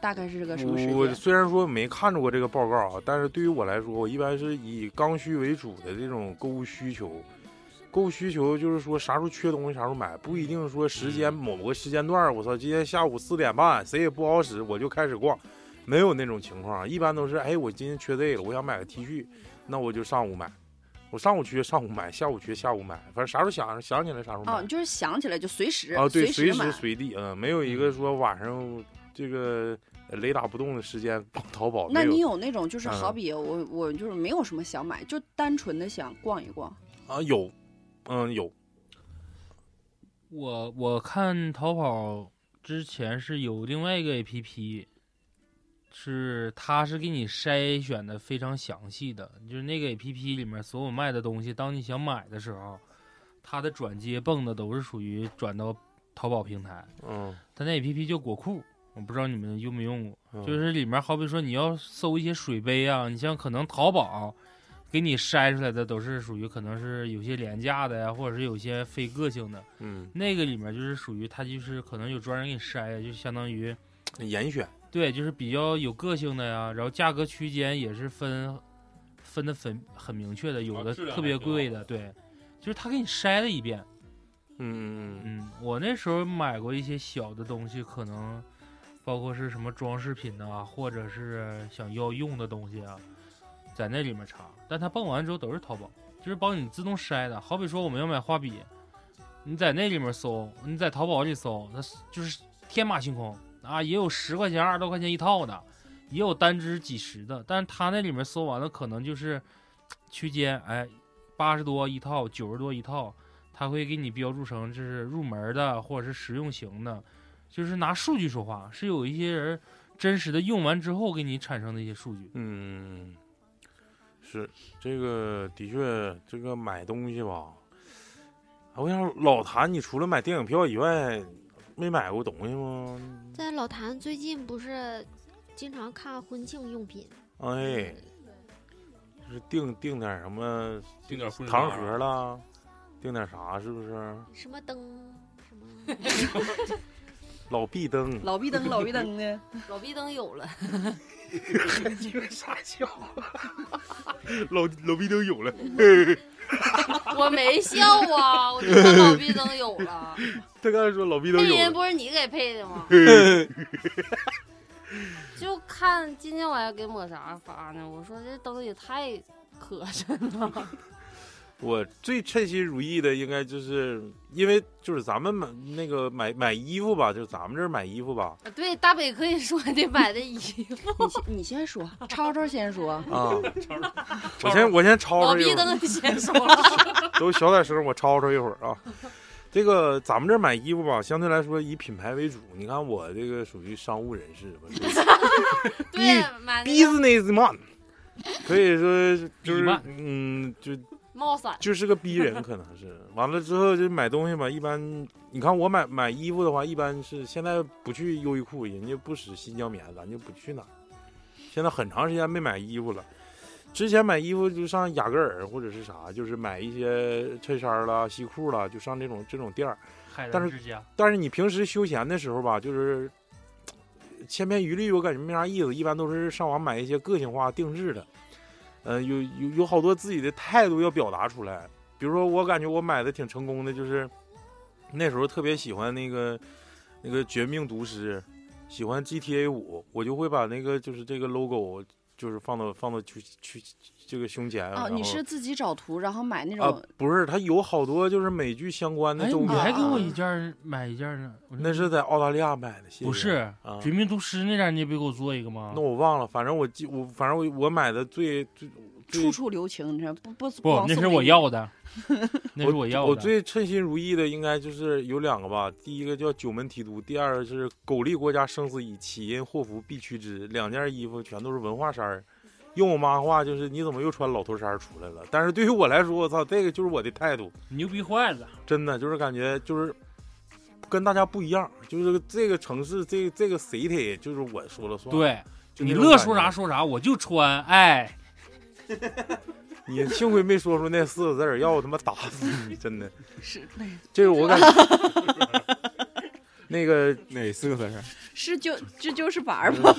大概是个什么时
我
间？
虽然说没看着过这个报告啊，但是对于我来说，我一般是以刚需为主的这种购物需求。购物需求就是说啥时候缺东西啥时候买，不一定说时间
嗯
某个时间段儿。我操，今天下午四点半谁也不好使，我就开始逛，没有那种情况。一般都是哎，我今天缺这个，我想买个 T 恤，那我就上午买。我上午缺上午买，下午缺下午买，反正啥时候想想起来啥时候买。
哦，你就是想起来就随时
啊，对，
随
随
买
时。随地，嗯，没有一个说晚上这个雷打不动的时间逛淘宝。
那
没有
你有那种就是
嗯
好比我我就是没有什么想买，就单纯的想逛一逛。
啊有，嗯有，
我我看淘宝之前是有另外一个 A P P，是它是给你筛选的非常详细的，就是那个 A P P 里面所有卖的东西，当你想买的时候，它的转接蹦的都是属于转到淘宝平台，
嗯，
它那 A P P 叫果库，我不知道你们用没用过，
嗯
就是里面好比说你要搜一些水杯啊，你像可能淘宝给你筛出来的都是属于可能是有些廉价的呀，或者是有些非个性的，
嗯，
那个里面就是属于它就是可能有专人给你筛，就相当于
严选，
对，就是比较有个性的呀，然后价格区间也是分分的很很明确的，有
啊
的
质量
特别
还挺
贵
好
的，对，就是他给你筛了一遍。
嗯嗯
嗯，我那时候买过一些小的东西，可能包括是什么装饰品呐、或者是想要用的东西啊，在那里面查。但它蹦完之后都是淘宝，就是帮你自动筛的。好比说我们要买画笔，你在那里面搜，你在淘宝里搜，它是就是天马行空啊，也有十块钱、二十多块钱一套的，也有单支几十的。但是它那里面搜完了，可能就是区间，哎，八十多一套，九十多一套。它会给你标注成这是入门的或者是实用型的，就是拿数据说话，是有一些人真实的用完之后给你产生的一些数据。
嗯，是这个的确，这个买东西吧，我想老谭，你除了买电影票以外，没买过东西吗？
在老谭最近不是经常看婚庆用品，
哎，就是订订点什么
订点护
糖盒啦，订点啥是不是？
什么灯，什么
老壁灯，
老壁灯，老壁灯 的，
老壁灯 有了，
你们傻笑， 老老壁灯有了，
我没笑啊，我就说老壁灯有了，
他刚才说 老壁灯
配
有
音
了，
不是你给配的吗？就看今天我还给抹茶发呢，我说这灯也太磕 碜了，
我最称心如意的应该就是因为就是咱们买那个买买衣服吧，就是咱们这儿买衣服吧，
对，大北可以说你买的衣服，
你先你先说， 超超先 说，
啊， 我先我先抄
老
抄一
壁
会儿，
灯先说，
都小点声，我抄抄一会儿啊。这个咱们这儿买衣服吧，相对来说以品牌为主。你看我这个属于商务人士吧，属于
对，买那个
business man，可以说就
比
是
曼
嗯，就
帽伞，
就是个逼人，可能是。完了之后就买东西吧，一般你看我买买衣服的话，一般是现在不去优衣库，人家不使新疆棉，咱就不去那儿。现在很长时间没买衣服了，之前买衣服就上雅戈尔或者是啥，就是买一些衬衫啦、西裤啦，就上这种这种店儿。
海
但
澜
是
之家，
但是你平时休闲的时候吧，就是呃千篇一律，我感觉没啥意思。一般都是上网买一些个性化定制的，呃，有有有好多自己的态度要表达出来。比如说，我感觉我买的挺成功的，就是那时候特别喜欢那个那个《绝命毒师》，喜欢 GTA 五，我就会把那个就是这个 logo 就是放到放到去去这个胸前。
哦，
然
你
后
是自己找图，然后买那
啊
种，
不是，它有好多就是美剧相关的
哎，
周
你
边。
还给我一
啊
件儿买一件儿呢？我说
那是在澳大利亚买的，谢谢
不是
啊
《绝命毒师》那件儿你也不给我做一个吗
那？我忘了，反正我记我反正我我买的最最
处
最
处留情，你知道不不
不
光，
那
送
是
给
我
你
要的，那是
我
要的。
我最称心如意的应该就是有两个吧，第一个叫九门提督，第二个是苟利国家生死以，岂因祸福必趋之。两件衣服全都是文化衫儿，用我妈话就是你怎么又穿老头衫儿出来了？但是对于我来说，我操，这个就是我的态度，
牛逼坏了，
真的就是感觉就是跟大家不一样，就是这个城市这这个 city 就是我说了算，，
对
就那
你
种
乐
感
说
觉
啥说啥，我就穿，哎，
你幸亏没说出那四个字儿，要我他妈打死你！真的，
是那
这是我感觉。那个
哪四个字是？
是就这就是玩
嗯
儿吗？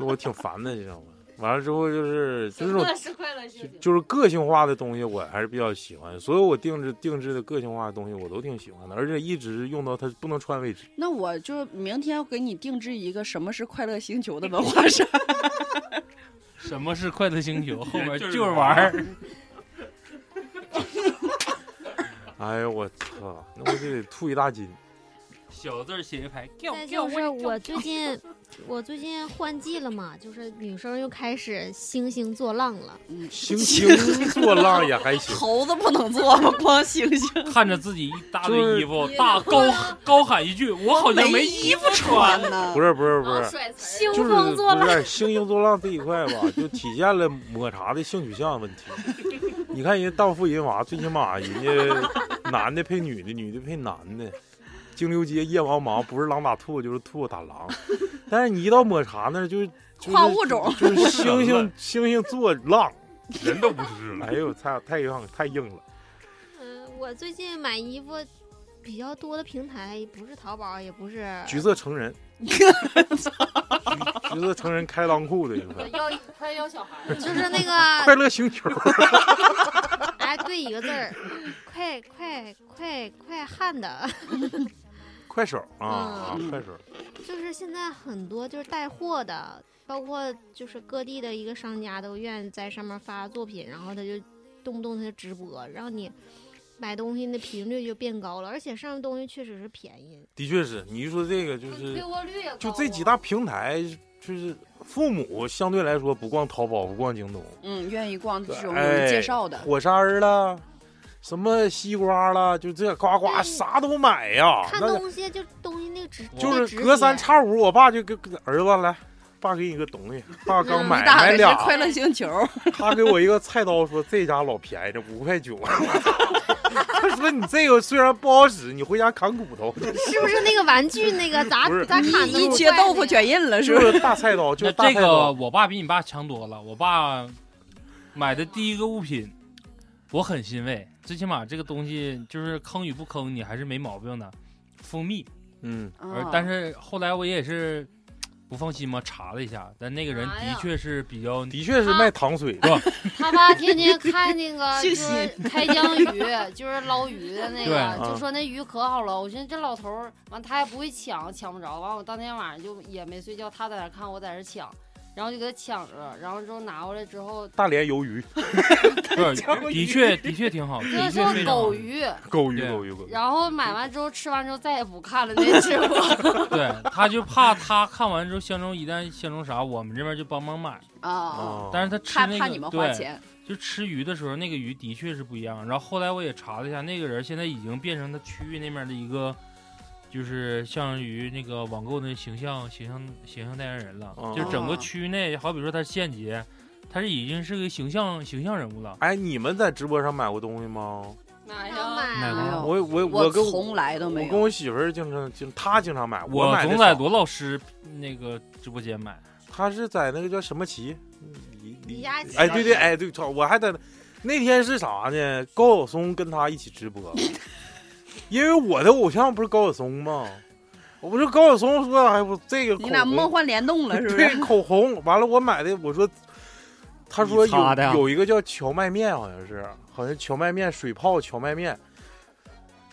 我挺烦的，你知道吗？完了之后就是 就是那种
乐是快乐事
就
情。
就是个性化的东西，我还是比较喜欢。所有我定制定制的个性化的东西，我都挺喜欢的，而且一直用到它不能穿为止。
那我就明天要给你定制一个什么是快乐星球的文化衫。
什么是快乐星球？后面
就是
就是
玩
玩儿。
哎呦我操，那我就得吐一大筋。
小字儿写一排，
再就是我最 近，我最近换季了嘛，就是女生又开始兴星作浪了。
嗯，
行星做浪也还行，
猴子不能做吗？光猩猩
看着自己一大
就
堆
是啊
衣服，大高高喊一句：“我好像
没
衣服
不
穿。
穿呢。
不是不是
然
不
后
是，
甩哦词
嗯兴
儿，
就是
风作
不
浪，
是兴星作浪这一块吧，就体现了抹茶的性取向问题。你看人家荡妇淫娃，最起码人家男的配女的，女的配男的。金牛街夜茫茫，不是狼打兔就是兔打狼。但是你一到抹茶那儿，就就是
跨物种
就是猩猩猩猩做浪。
人都不是了
哎。呦，太太硬太硬了。
嗯，我最近买衣服比较多的平台不是淘宝，也不是
橘色成 人，橘色成人开裆裤的一
哎
块，
要快要小孩儿了，
就是那
快
个，
乐星球。
哎，对一个字儿，哎快快快快汗的，
快手啊啊
嗯，
快手，
就是现在很多就是带货的，包括就是各地的一个商家都愿意在上面发作品，然后他就动不动他就直播，让你买东西的频率就变高了，而且上面东西确实是便宜，
的确是。你一说这个，
嗯
就是
退货率也高
就这几
啊
大平台，就是父母相对来说不逛淘宝，不逛京东，
嗯，愿意逛这种有
哎
人介绍的，
火山儿啦，什么西瓜啦，就这呱呱
对
啥都买呀。
看
那
东西就东西那个直
就
那直
是隔三
接
差五，我爸就给给儿子来，爸给你个东西，爸刚
嗯
买
打
买
的
俩
是，快乐星球，
他给我一个菜刀，说这家老便宜，这五块九。 他说你这个虽然不好使，你回家砍骨头。
是不是那个玩具那个咋
不是
咋砍的？
一切豆腐卷印了是
就
不是？
是大菜刀，就
那
是大
这
菜
个
刀。
我爸比你爸强多了。我爸买的第一个物品，我很欣慰，最起码这个东西就是坑与不坑，你还是没毛病的。蜂蜜，
嗯，
而
啊
但是后来我也是不放心嘛，查了一下，但那个人
哎呀
的确是比较啊
的确是卖糖水。
他爸天天看那 个
信
就
息
是开江鱼， 就是捞鱼的那
啊
个，
对
就说那鱼可好了。我寻思这老头儿，完他也不会抢，抢不着。完我当天晚上就也没睡觉，他在那看，我在那抢，然后就给他抢着，然后之后拿过来之后，
大连鱿鱼、
不是，的确的确挺
哦
好，
那
的
时
确
候
非常好
狗。鱼，
狗鱼、
对
狗鱼、狗鱼。
然后买完之后吃完之后再也不看了那直 播。
对，他就怕他看完之后相中一旦相中啥，我们这边就帮忙买。
啊，
啊，
但是他吃
怕
那个
怕你们花
对
钱，
就吃鱼的时候，那个鱼的确是不一样。然后后来我也查了一下，那个人现在已经变成他区域那面的一个，就是相当于那个网购的形象形象形象代言人了。
哦
就整个区域内，好比说他是县级，他是已经是个形象形象人物了。
哎，你们在直播上买过东西吗？
妈
想
呀！
买
哪
啊
个
哦
我我
我
跟
从来都没
我跟
有。
我媳妇儿经常经她经常买，
我
买的
总在
少
罗老师那个直播间买，
她是在那个叫什么旗，李
李佳琦
哎对对哎对，操我还在那那天是啥呢？高晓松跟她一起直播，因为我的偶像不是高晓松吗？我不是高晓松说哎我这个口
你俩
红
梦幻联动了是不
对
是？
口红，完了我买的，我说，他说
你擦的呀
有有一个叫荞麦面，好像是，好像荞麦面水泡荞麦面。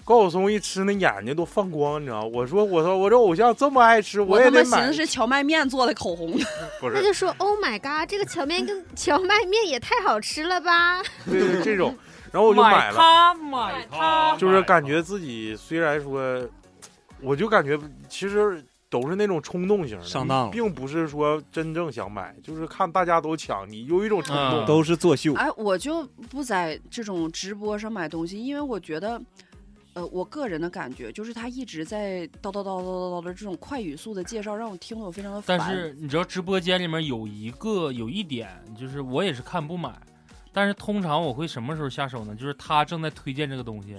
高晓松一吃那眼睛都放光，你知道吗？我说我说我这偶像这么爱吃，
我
也
他妈
得
寻
买
思。是荞麦面做的口 红，
不
那
是，
就说 Oh my god，这个荞面跟荞麦面也太好吃了吧！
对对这 种，然后我就买了，
它买它，
就是感觉自己虽然说，我就感觉其实都是那种冲动型的，
上当了
并不是说真正想买，就是看大家都抢，你有一种冲动。
嗯
都是作秀，
哎，我就不在这种直播上买东西，因为我觉得，呃，我个人的感觉就是他一直在叨叨叨叨叨叨的这种快语速的介绍，让我听得我非常的烦。
但是你知道直播间里面有一个有一点，就是我也是看不买，但是通常我会什么时候下手呢？就是他正在推荐这个东西，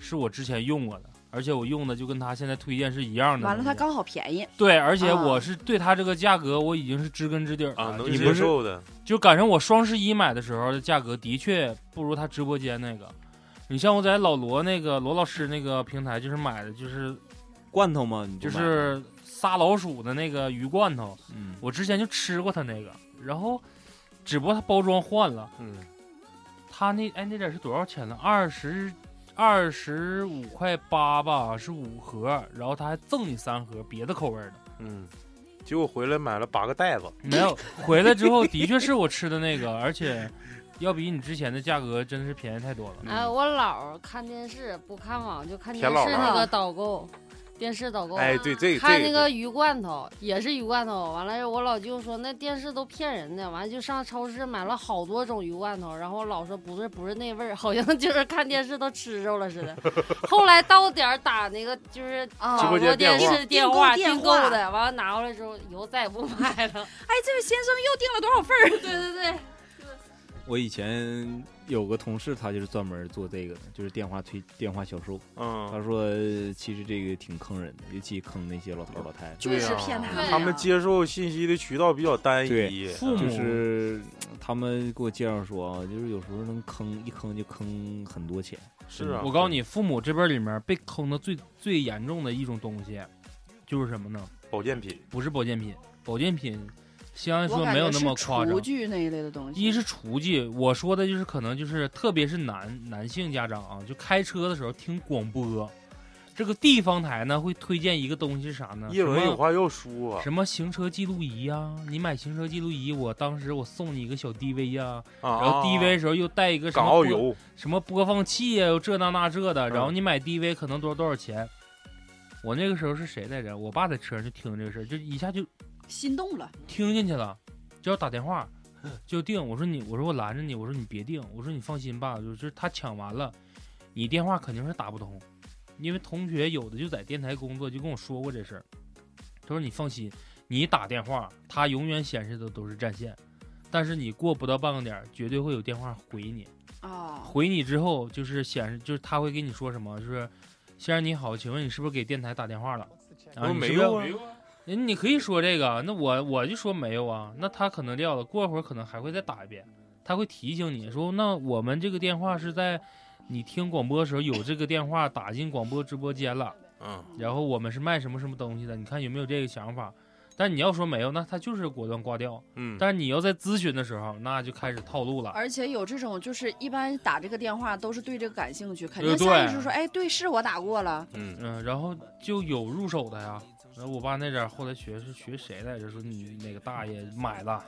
是我之前用过的，而且我用的就跟他现在推荐是一样的东西。
完了，他刚好便宜，
对，而且
啊
我是对他这个价格我已经是知根知底儿
啊，
了，
能
就
接
是
受的，
就赶上我双十一买的时候的价格的确不如他直播间那个。你像我在老罗那个罗老师那个平台，就是买的就是
罐头嘛，你不
就
买
是杀老鼠的那个鱼罐头，
嗯
我之前就吃过他那个，然后只不过他包装换了，
嗯，
他那哎那点是多少钱呢？二十二十五块八吧，是五盒，然后他还赠你三盒别的口味的。
嗯，结果回来买了八个袋子，
没有回来之后，的确是我吃的那个，而且要比你之前的价格真的是
嗯
啊
便宜太多了。
哎，我姥儿看电视不看网，就看
铁
电视
姥
儿啊
那个导购，电视导购，
哎，对，这
看
这
那个鱼罐头也是鱼罐头，完了我老舅说那电视都骗人的，完了就上超市买了好多种鱼罐头，然后我老说不是不是那味儿，好像就是看电视都吃着了似的。后来到点儿打那个就是
啊
直
网
播间
络电
电话
视电话
订
订
购
购
电话
的，完了拿回来之后以后再也不买了。
哎，这位先生又订了多少份儿？
对 对对，
我以前有个同事，他就是专门做这个的，就是电话推电话销售。
嗯，
他说，呃其实这个挺坑人的，尤其坑那些老头儿老太太。
就
对啊哎
是
呀
骗他
对
他
呀
们接受信息的渠道比较单一
对，
父母
就是嗯他们给我介绍说啊，就是有时候能坑一坑就坑很多钱。
是啊，
嗯我告诉你，父母这辈儿里面被坑的最最严重的一种东西，就是什么呢？
保健品，
不是保健品，保健品相对来
我
说
感
没有
觉
那
是
么夸张
厨。具那一类的东西。
一是厨具，我说的就是可能就是特别是男男性家长啊，就开车的时候听广播，这个地方台呢会推荐一个东西是啥呢？
叶文
什么
有话要说
什么行车记录仪呀、你买行车记录仪，我当时我送你一个小 DV 呀、
啊，
然后 DV 的时候又带一个什
港
么
澳
播
游，
什么播放器啊呀、又这那那这的，
嗯
然后你买 DV 可能多少多少钱。我那个时候是谁来着？我爸在车上就听这个事儿，就一下就
心动了，
听进去了，就要打电话，就定。我说你，我说我拦着你，我说你别定，我说你放心吧，就是他抢完了，你电话肯定是打不通，因为同学有的就在电台工作，就跟我说过这事儿。他说你放心，你打电话，他永远显示的都是占线，但是你过不到半个点儿，绝对会有电话回你。
啊，
回你之后就是显示，就是他会跟你说什么，就是先生你好，请问你是不是给电台打电话了？然后
我
你
没
是不是
有啊，
你你可以说这个，那我我就说没有啊，那他可能撂了，过会儿可能还会再打一遍，他会提醒你说，那我们这个电话是在你听广播的时候有这个电话打进广播直播间了，
嗯，
然后我们是卖什么什么东西的，你看有没有这个想法？但你要说没有，那他就是果断挂掉。
嗯，
但是你要在咨询的时候，那就开始套路了。
而且有这种，就是一般打这个电话都是对这个感兴趣，肯定
对呃对
下意识说，哎，对，是我打过了，
嗯，
嗯，然后就有入手的呀。然后我爸那阵儿后来学是学谁来着？说你哪个大爷买了，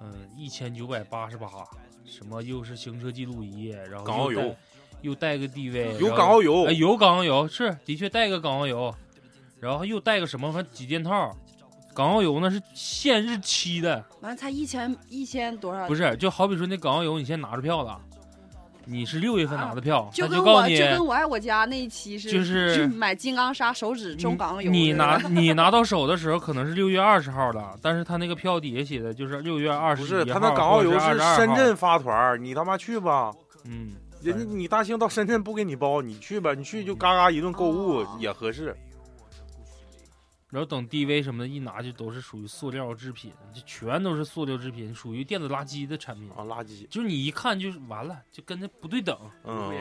嗯，一千九百八十八，什么又是行车记录仪，然后
港澳
又带
游
又带个 DV，
有
然
港
后
澳游
哎，，有港澳游是的确带个港澳游，然后又带个什么反正几件套。港澳游呢是限日期的，
完了才一千一千多少，
不是就好比说那港澳游你先拿着票了，你是六月份拿的票，他
就跟
告
我
诉你
就跟我爱我家那一期是，
就是
买金刚砂手指中港有
你
的
拿你拿到手的时候可能是六月二十号的，但是他那个票底下写的就是六月二十
不是他那港澳游是深圳，发团儿，你他妈去吧，
嗯，
人家你大兴到深圳不给你包，你去吧，你去就嘎嘎一顿购物
哦
也合适，
然后等 DV 什么的一拿就都是属于塑料制品，就全都是塑料制品，属于电子垃圾的产品，
啊，垃圾，
就是你一看就是完了，就跟它不对等。
嗯，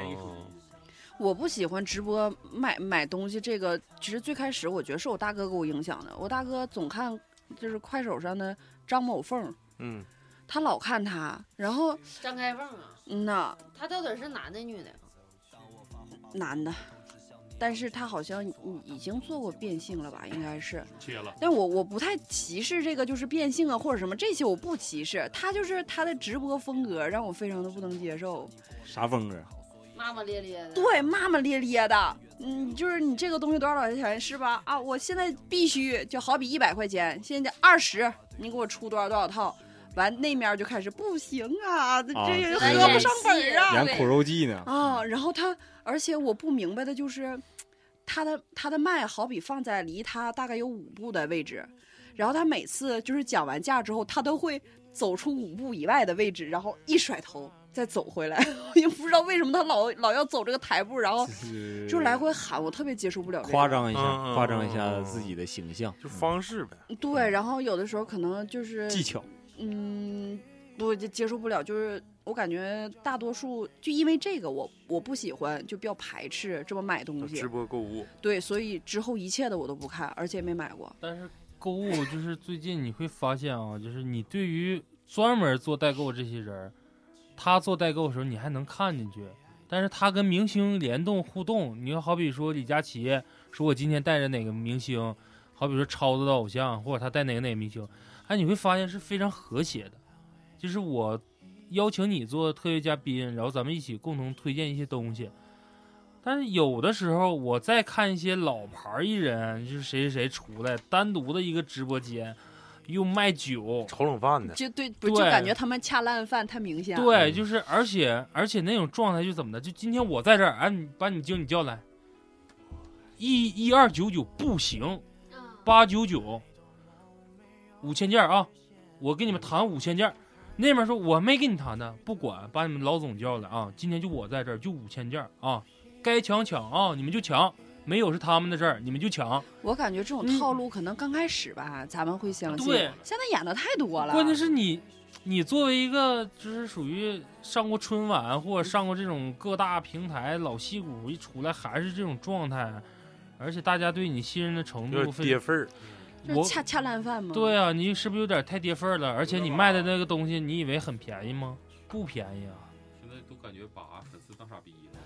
我不喜欢直播买买东西这个，其实最开始我觉得是我大哥给我影响的。我大哥总看就是快手上的张某凤，
嗯，
他老看他，然后
张开凤啊，
嗯呐，
他到底是男的女的？啊
男的，但是他好像已已经做过变性了吧，应该是。
切了。
但我我不太歧视这个，就是变性啊或者什么这些我不歧视，他就是他的直播风格让我非常的不能接受。
啥风格？啊
骂骂咧咧的。
对，骂骂咧咧的，嗯，就是你这个东西多少多少钱是吧？啊，我现在必须就好比一百块钱，现在二十，你给我出多少多少套，完那面就开始不行啊，这
啊
这
对
喝不上本儿啊
演
对
苦肉计呢？
啊！然后他，而且我不明白的就是，他的他的麦好比放在离他大概有五步的位置，然后他每次就是讲完价之后，他都会走出五步以外的位置，然后一甩头再走回来， 我也不知道为什么他老老要走这个台步，然后。
是
就来回喊，我特别接受不了、这个。
夸。张一
嗯
下，
嗯
夸张一下自己的形象，
就方式呗，
嗯
对，然后有的时候可能就是
嗯技，巧。
嗯，不就接受不了，就是我感觉大多数就因为这个我，我不喜欢，就比较排斥这么买东西
直。播购物，
对，所以之后一切的我都不看，而且也没买过。
但是购物就是最近你会发现啊，就是你对于专门做代购这些人儿，他做代购的时候你还能看进去，但是他跟明星联动互动，你就好比说李佳琦说我今天带着哪个明星，好比说超子的偶像，或者他带哪个哪个明星，哎，你会发现是非常和谐的，就是我邀请你做特约嘉宾，然后咱们一起共同推荐一些东西。但是有的时候我再看一些老牌儿艺人，就是谁谁谁出来单独的一个直播间，又卖酒，
炒冷饭的，
就对，不就
对
感觉他们恰烂饭太明显了。
对，
嗯
就是而且而且那种状态就怎么的，就今天我在这儿，啊，你把你经理叫来，一一二九九不行，八九九，五千件儿啊，我跟你们谈五千件儿。那边说我没跟你谈的，不管，把你们老总叫来啊，今天就我在这儿，就五千件儿啊，该抢抢啊，你们就抢，没有是他们的事儿，你们就抢。
我感觉这种套路可能刚开始吧，咱们会相
嗯
信。
对，
现在演的太多了。
关键是你，你作为一个就是属于上过春晚或
嗯
者上过这种各大平台老戏骨，一出来还是这种状态，而且大家对你信任的程
有
度
点跌
非，
份儿。
就是
我
恰恰烂饭吗？
对啊，你是不是有点太跌份儿了？而且你卖的那个东西，你以为很便宜吗？不便宜啊，
现在都感觉把粉丝当傻逼了。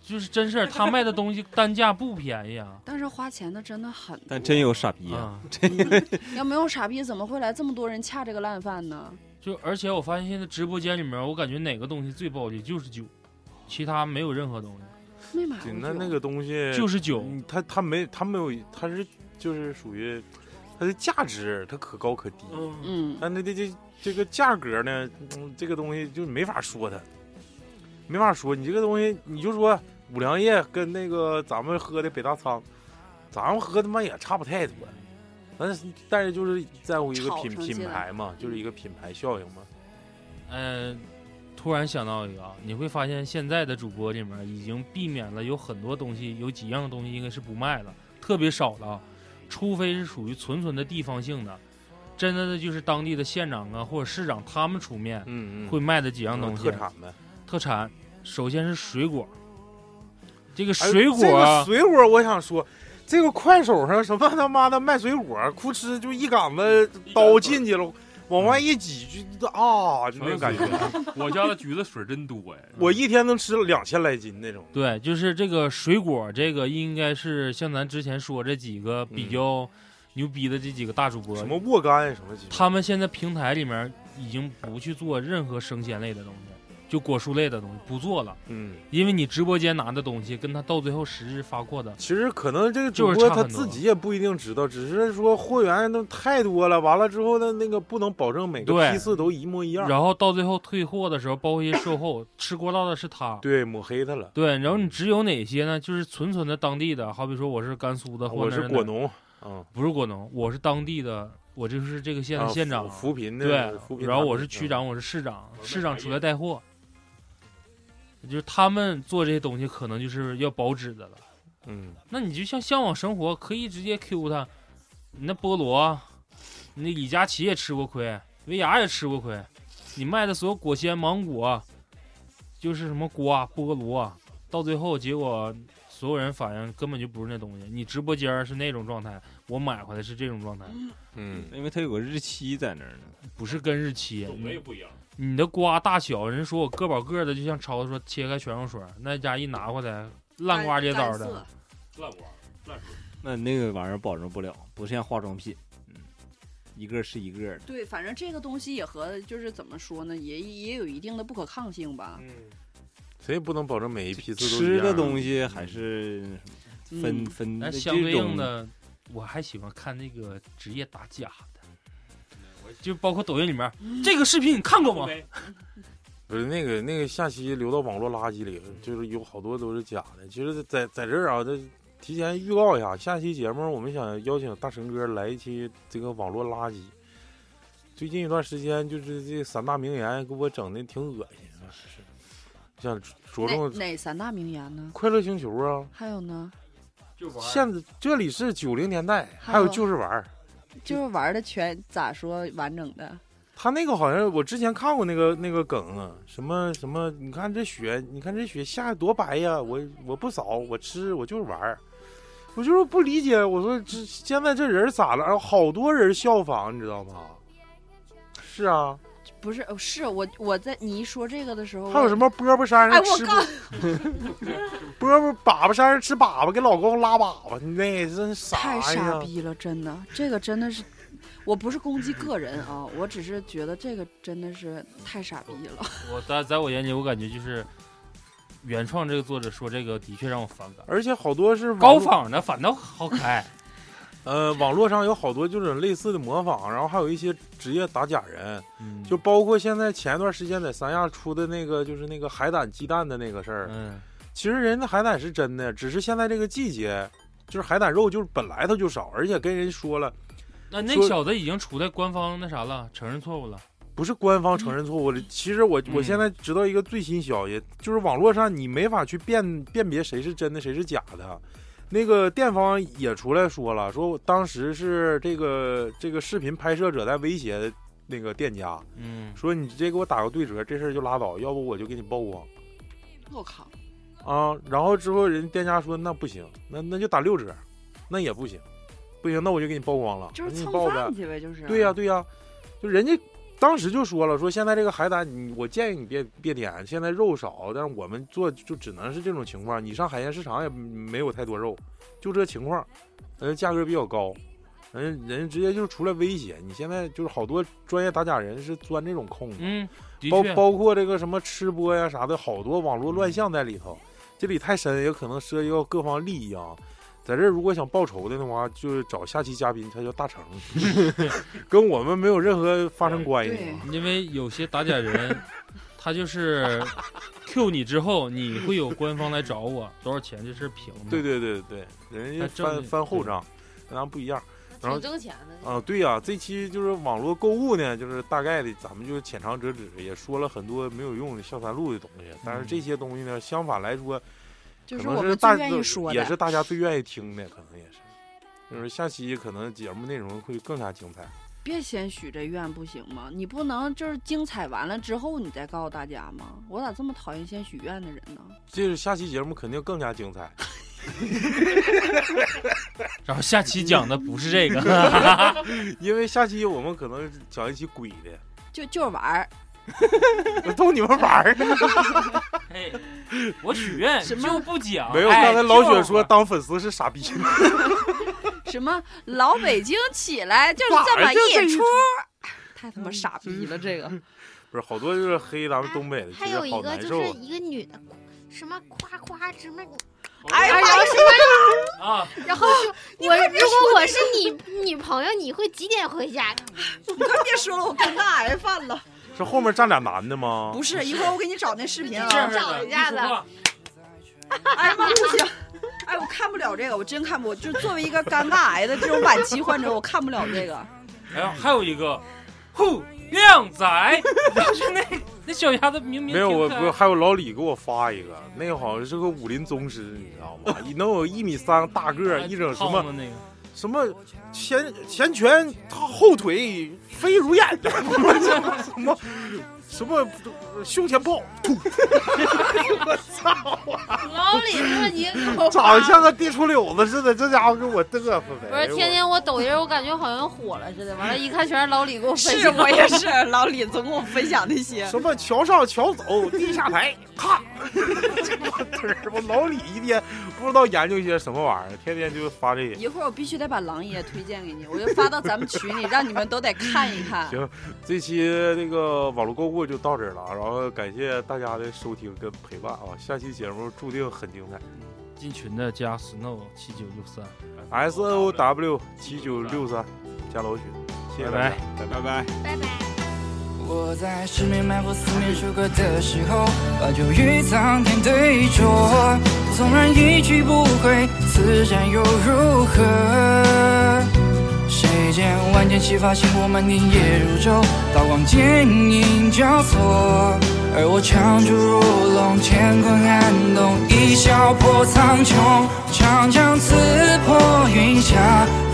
就是真 事儿，他卖的东西单价不便宜啊。
但是花钱的真的很多，
但真有傻逼啊！
啊，
要没有傻逼，怎么会来这么多人恰这个烂饭呢？
就而且我发现现在直播间里面，我感觉哪个东西最暴利就是酒，其他没有任何东西，
没买过
对，
酒。
那那个东西
就是酒。
嗯他他没他没有，他是就是属于它的价值，它可高可低。
嗯，
嗯，
但那这这这个价格呢，嗯，这个东西就没法说它，没法说。你这个东西，你就说五粮液跟那个咱们喝的北大仓，咱们喝他妈也差不太多，但是但是就是在乎一个
炒
品
上去
品
了
牌嘛，
嗯
就是一个品牌效应嘛。
嗯，突然想到一个，啊，你会发现现在的主播里面已经避免了有很多东西，有几样东西应该是不卖了，特别少了，除非是属于纯纯的地方性的，真的就是当地的县长啊或者市长他们出面
嗯嗯，
会卖的几样东西。
特产呗。
特产，首先是水果，这个
哎
水果
这
啊、
个水果，我想说，这个快手上什么他妈的卖水果， 哭哧就一杆子刀进去了，往外一挤就啊，就那种感觉。
我家的橘子水真多哎
嗯
呀！
我一天能吃两千来斤那种。
对，就是这个水果，这个应该是像咱之前说这几个比
嗯
较牛逼的这几个大主播，
什么沃柑什么鸡巴，
他们现在平台里面已经不去做任何生鲜类的东西，就果蔬类的东西不做了，
嗯，
因为你直播间拿的东西跟他到最后实质发货的，
其实可能这个主
就是
播
差
他
很多
自己也不一定知道，只是说货源都太多了，完了之后呢，那个不能保证每个
对
批次都一模一样，
然后到最后退货的时候，包括一些售后吃锅烙的是他。
对，抹黑他了。嗯
对，然后你只有哪些呢？就是纯纯的当地的，好比说我是甘肃的，或
啊我
者
是果，农，嗯，
不是果农，我是当地的，我就是这个县
啊
的县长，
扶扶贫
对
的，扶，贫嗯
然后
大
我
队
是区，长，我是市长，
我是
市长
大
出
爷
来带货，就是他们做这些东西可能就是要保值的了。
嗯，
那你就像向往生活，可以直接 Q 他，你那菠萝，你那李佳琦也吃过亏，维亚也吃过亏，你卖的所有果鲜、芒果，就是什么瓜、菠萝，到最后结果所有人反映根本就不是那东西。你直播间儿是那种状态，我买回来是这种状态，
嗯
因为它有个日期在那儿呢。
不是跟日期。
种类不一样，
你的瓜大小，人说我个保个的，就像超子说切开全用水儿，那家一拿回来烂瓜裂枣
干
的
涩。。
烂瓜、烂水。
那那个玩意儿保证不了，不像化妆品，嗯，一个是一个的。
对，反正这个东西也和就是怎么说呢，也也有一定的不可抗性吧。
嗯，谁也不能保证每一批次都一
吃
样
的东西还是分
嗯
分
那
这
相对应
种
的，我还喜欢看那个职业打假的，
我也
就包括抖音里面
嗯
这个视频你看过吗？
没
不是那个那个下期流到网络垃圾里，就是有好多都是假的。其实在，在这儿啊，这提前预告一下，下期节目我们想邀请大神哥来一期这个网络垃圾。最近一段时间，就是这三大名言给我整的挺恶心啊，想着
哪
重
哪三大名言呢？
快乐星球啊。
还有呢，
就玩儿
现在这里是九零年代，
还
还有
有
就是玩儿。
就是玩的全咋说完整的？
他那个好像我之前看过那个那个梗啊，什么什么，你看这雪，你看这雪下的多白呀！我我不扫，我吃，我就是玩儿，我就是不理解。我说这现在这人咋了？然后好多人效仿，你知道吗？是啊，
不是，呃是我我在你一说这个的时候，
还有什
么？
么饽饽山
哎，
上
我
吃
告
饽 饽，粑粑山上吃粑粑，给老公拉粑粑，你那真啥
太傻
呀？
逼了，真的，这个真的是，我不是攻击个人啊，我只是觉得这个真的是太傻逼了。
我在在我眼里，我感觉就是原创这个作者说这个的确让我反感。
而且好多是网
高
络
仿哎的反倒好可爱，
呃，网络上有好多就是类似的模仿，然后还有一些职业打假人，
嗯
就包括现在前一段时间在三亚出的那个，就是那个海胆鸡蛋的那个事儿。
嗯，
其实人家海胆是真的，只是现在这个季节，就是海胆肉就是本来它就少，而且跟人说了，
那那
说
小子已经出在官方那啥了，承认错误了。
不是官方承认错误。其实我我
嗯
现在知道一个最新消息，就是网络上你没法去辨辨别谁是真的，谁是假的。那个店方也出来说了，说当时是这个这个视频拍摄者在威胁那个店家，
嗯，
说你直接给我打个对折，这事儿就拉倒，要不我就给你曝光
我靠，
啊。然后之后人店家说那不行，那那就打六折，那也不行，不行，那我就给你曝光了，
就是
那你
蹭
曝呗
饭。去呗，就是。啊
对呀、对呀、就人家当时就说了，说现在这个海胆，你我建议你别别点，现在肉少，但是我们做就只能是这种情况，你上海鲜市场也没有太多肉，就这情况，呃，价格比较高，人人家直接就出来威胁，你现在就是好多专业打假人是钻这种空子，
嗯，的
包
确，
包括这个什么吃播呀啥的，好多网络乱象在里头，这里太深，也可能涉及到各方利益啊。在这儿如果想报仇的的话，就是找下期嘉宾，他叫大成， 跟我们没有任何发生关系
对。
因为有些打假人，他就是 Q 你之后，你会有官方来找我多少钱，这事儿平
嗯
的。
对对对对，人家
他正
翻翻后账，跟咱不一样然后
挺挣钱的。
啊。对呀、这期就是网络购物呢，就是大概的，咱们就浅尝辄止，也说了很多没有用的下三路的东西。但是这些东西呢，相反来说，
就
可
是
能
我
是
们
大
最愿意说
也
的
是。大家最愿意听的，可能也是。就是下期可能节目内容会更加精彩。
别先许这愿不行吗？你不能就是精彩完了之后你再告诉大家吗？我咋这么讨厌先许愿的人呢？
就是下期节目肯定更加精彩。
然后下期讲的不是这个，
因为下期我们可能讲一期鬼的，
就就是玩儿，
我逗你们 玩儿呢。
嘿我许愿
什么
就不讲。
没有，
哎
刚才老雪
就
说当粉丝是傻 逼，
什么老北京起来就是这么一出，太他妈傻逼了这个。
嗯
不是好多就是黑咱们东北的，其
还
实
有一
好
个
难
就
受
是
啊。
一个女的，什么夸夸什么，
哎呀
然后什
啊，
么，然后就我如果我是你女朋友，你会几点回家？
别说了，我尴尬癌犯了。
是后面站俩男的吗？
不是，一会儿我给你找那 视频啊。
这样式
找
的
一下子
你说话
哎呀妈，不行！哎，我看不了这个，我真看不。就作为一个尴尬癌的这种晚期患者，我看不 了这个。
还有还有一个，呼靓仔，哦 就是那那小丫头明明
没有，
挺
我
可
不
爱
还有老李给我发 一个，那个好像是个武林宗师，你知道吗？能有一米三大个儿，一整什
胖
么
子那个，
什么前前拳后腿飞如燕， 什么什么胸前 炮，我操！
老李说你给我
长得像个地出溜子似的，这家伙给我嘚瑟的。
不是天天我抖音，我感觉好像火了似的。完了，一看全是老李给我分
是
享。
我也是，老李总给我分享那
我
些。
什么桥上桥走，地下台， 咔，这帮嘚儿，我老李一天不知道研究一些什么玩意儿，天天就发这些。
一会儿我必须得把狼爷推荐给你，我就发到咱们群里，让你们都得看一看。
行这期这个网络购物就到这儿了，啊然后感谢大家的收听跟陪伴啊，下期节目注定很精彩。
进群的加 snow 七九六三。
S N O W 七九六三，加老许，谢谢大家，拜拜。
拜拜。
我在失眠埋伏思念书歌的时候，把酒与苍天对酌，纵然一去不回，此战又如何？谁见万箭齐发，星火漫天夜如昼，刀光剑影交错，而我长出如龙，乾坤撼动，一笑破苍穹，长枪刺破云霞，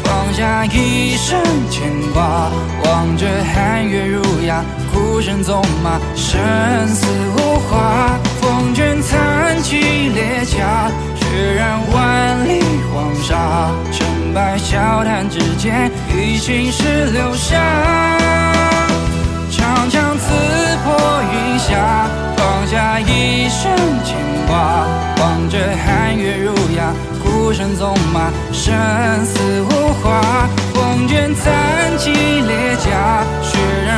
放下一身牵挂，望着寒月如牙，孤身纵马，生死无话，风卷残旗列甲，血染万里黄沙，成败笑谈之间，已经是流沙。长枪刺破云霞，放下一身牵挂，望着寒月如牙，孤身纵马，生死无话。风卷残旗列甲，血染。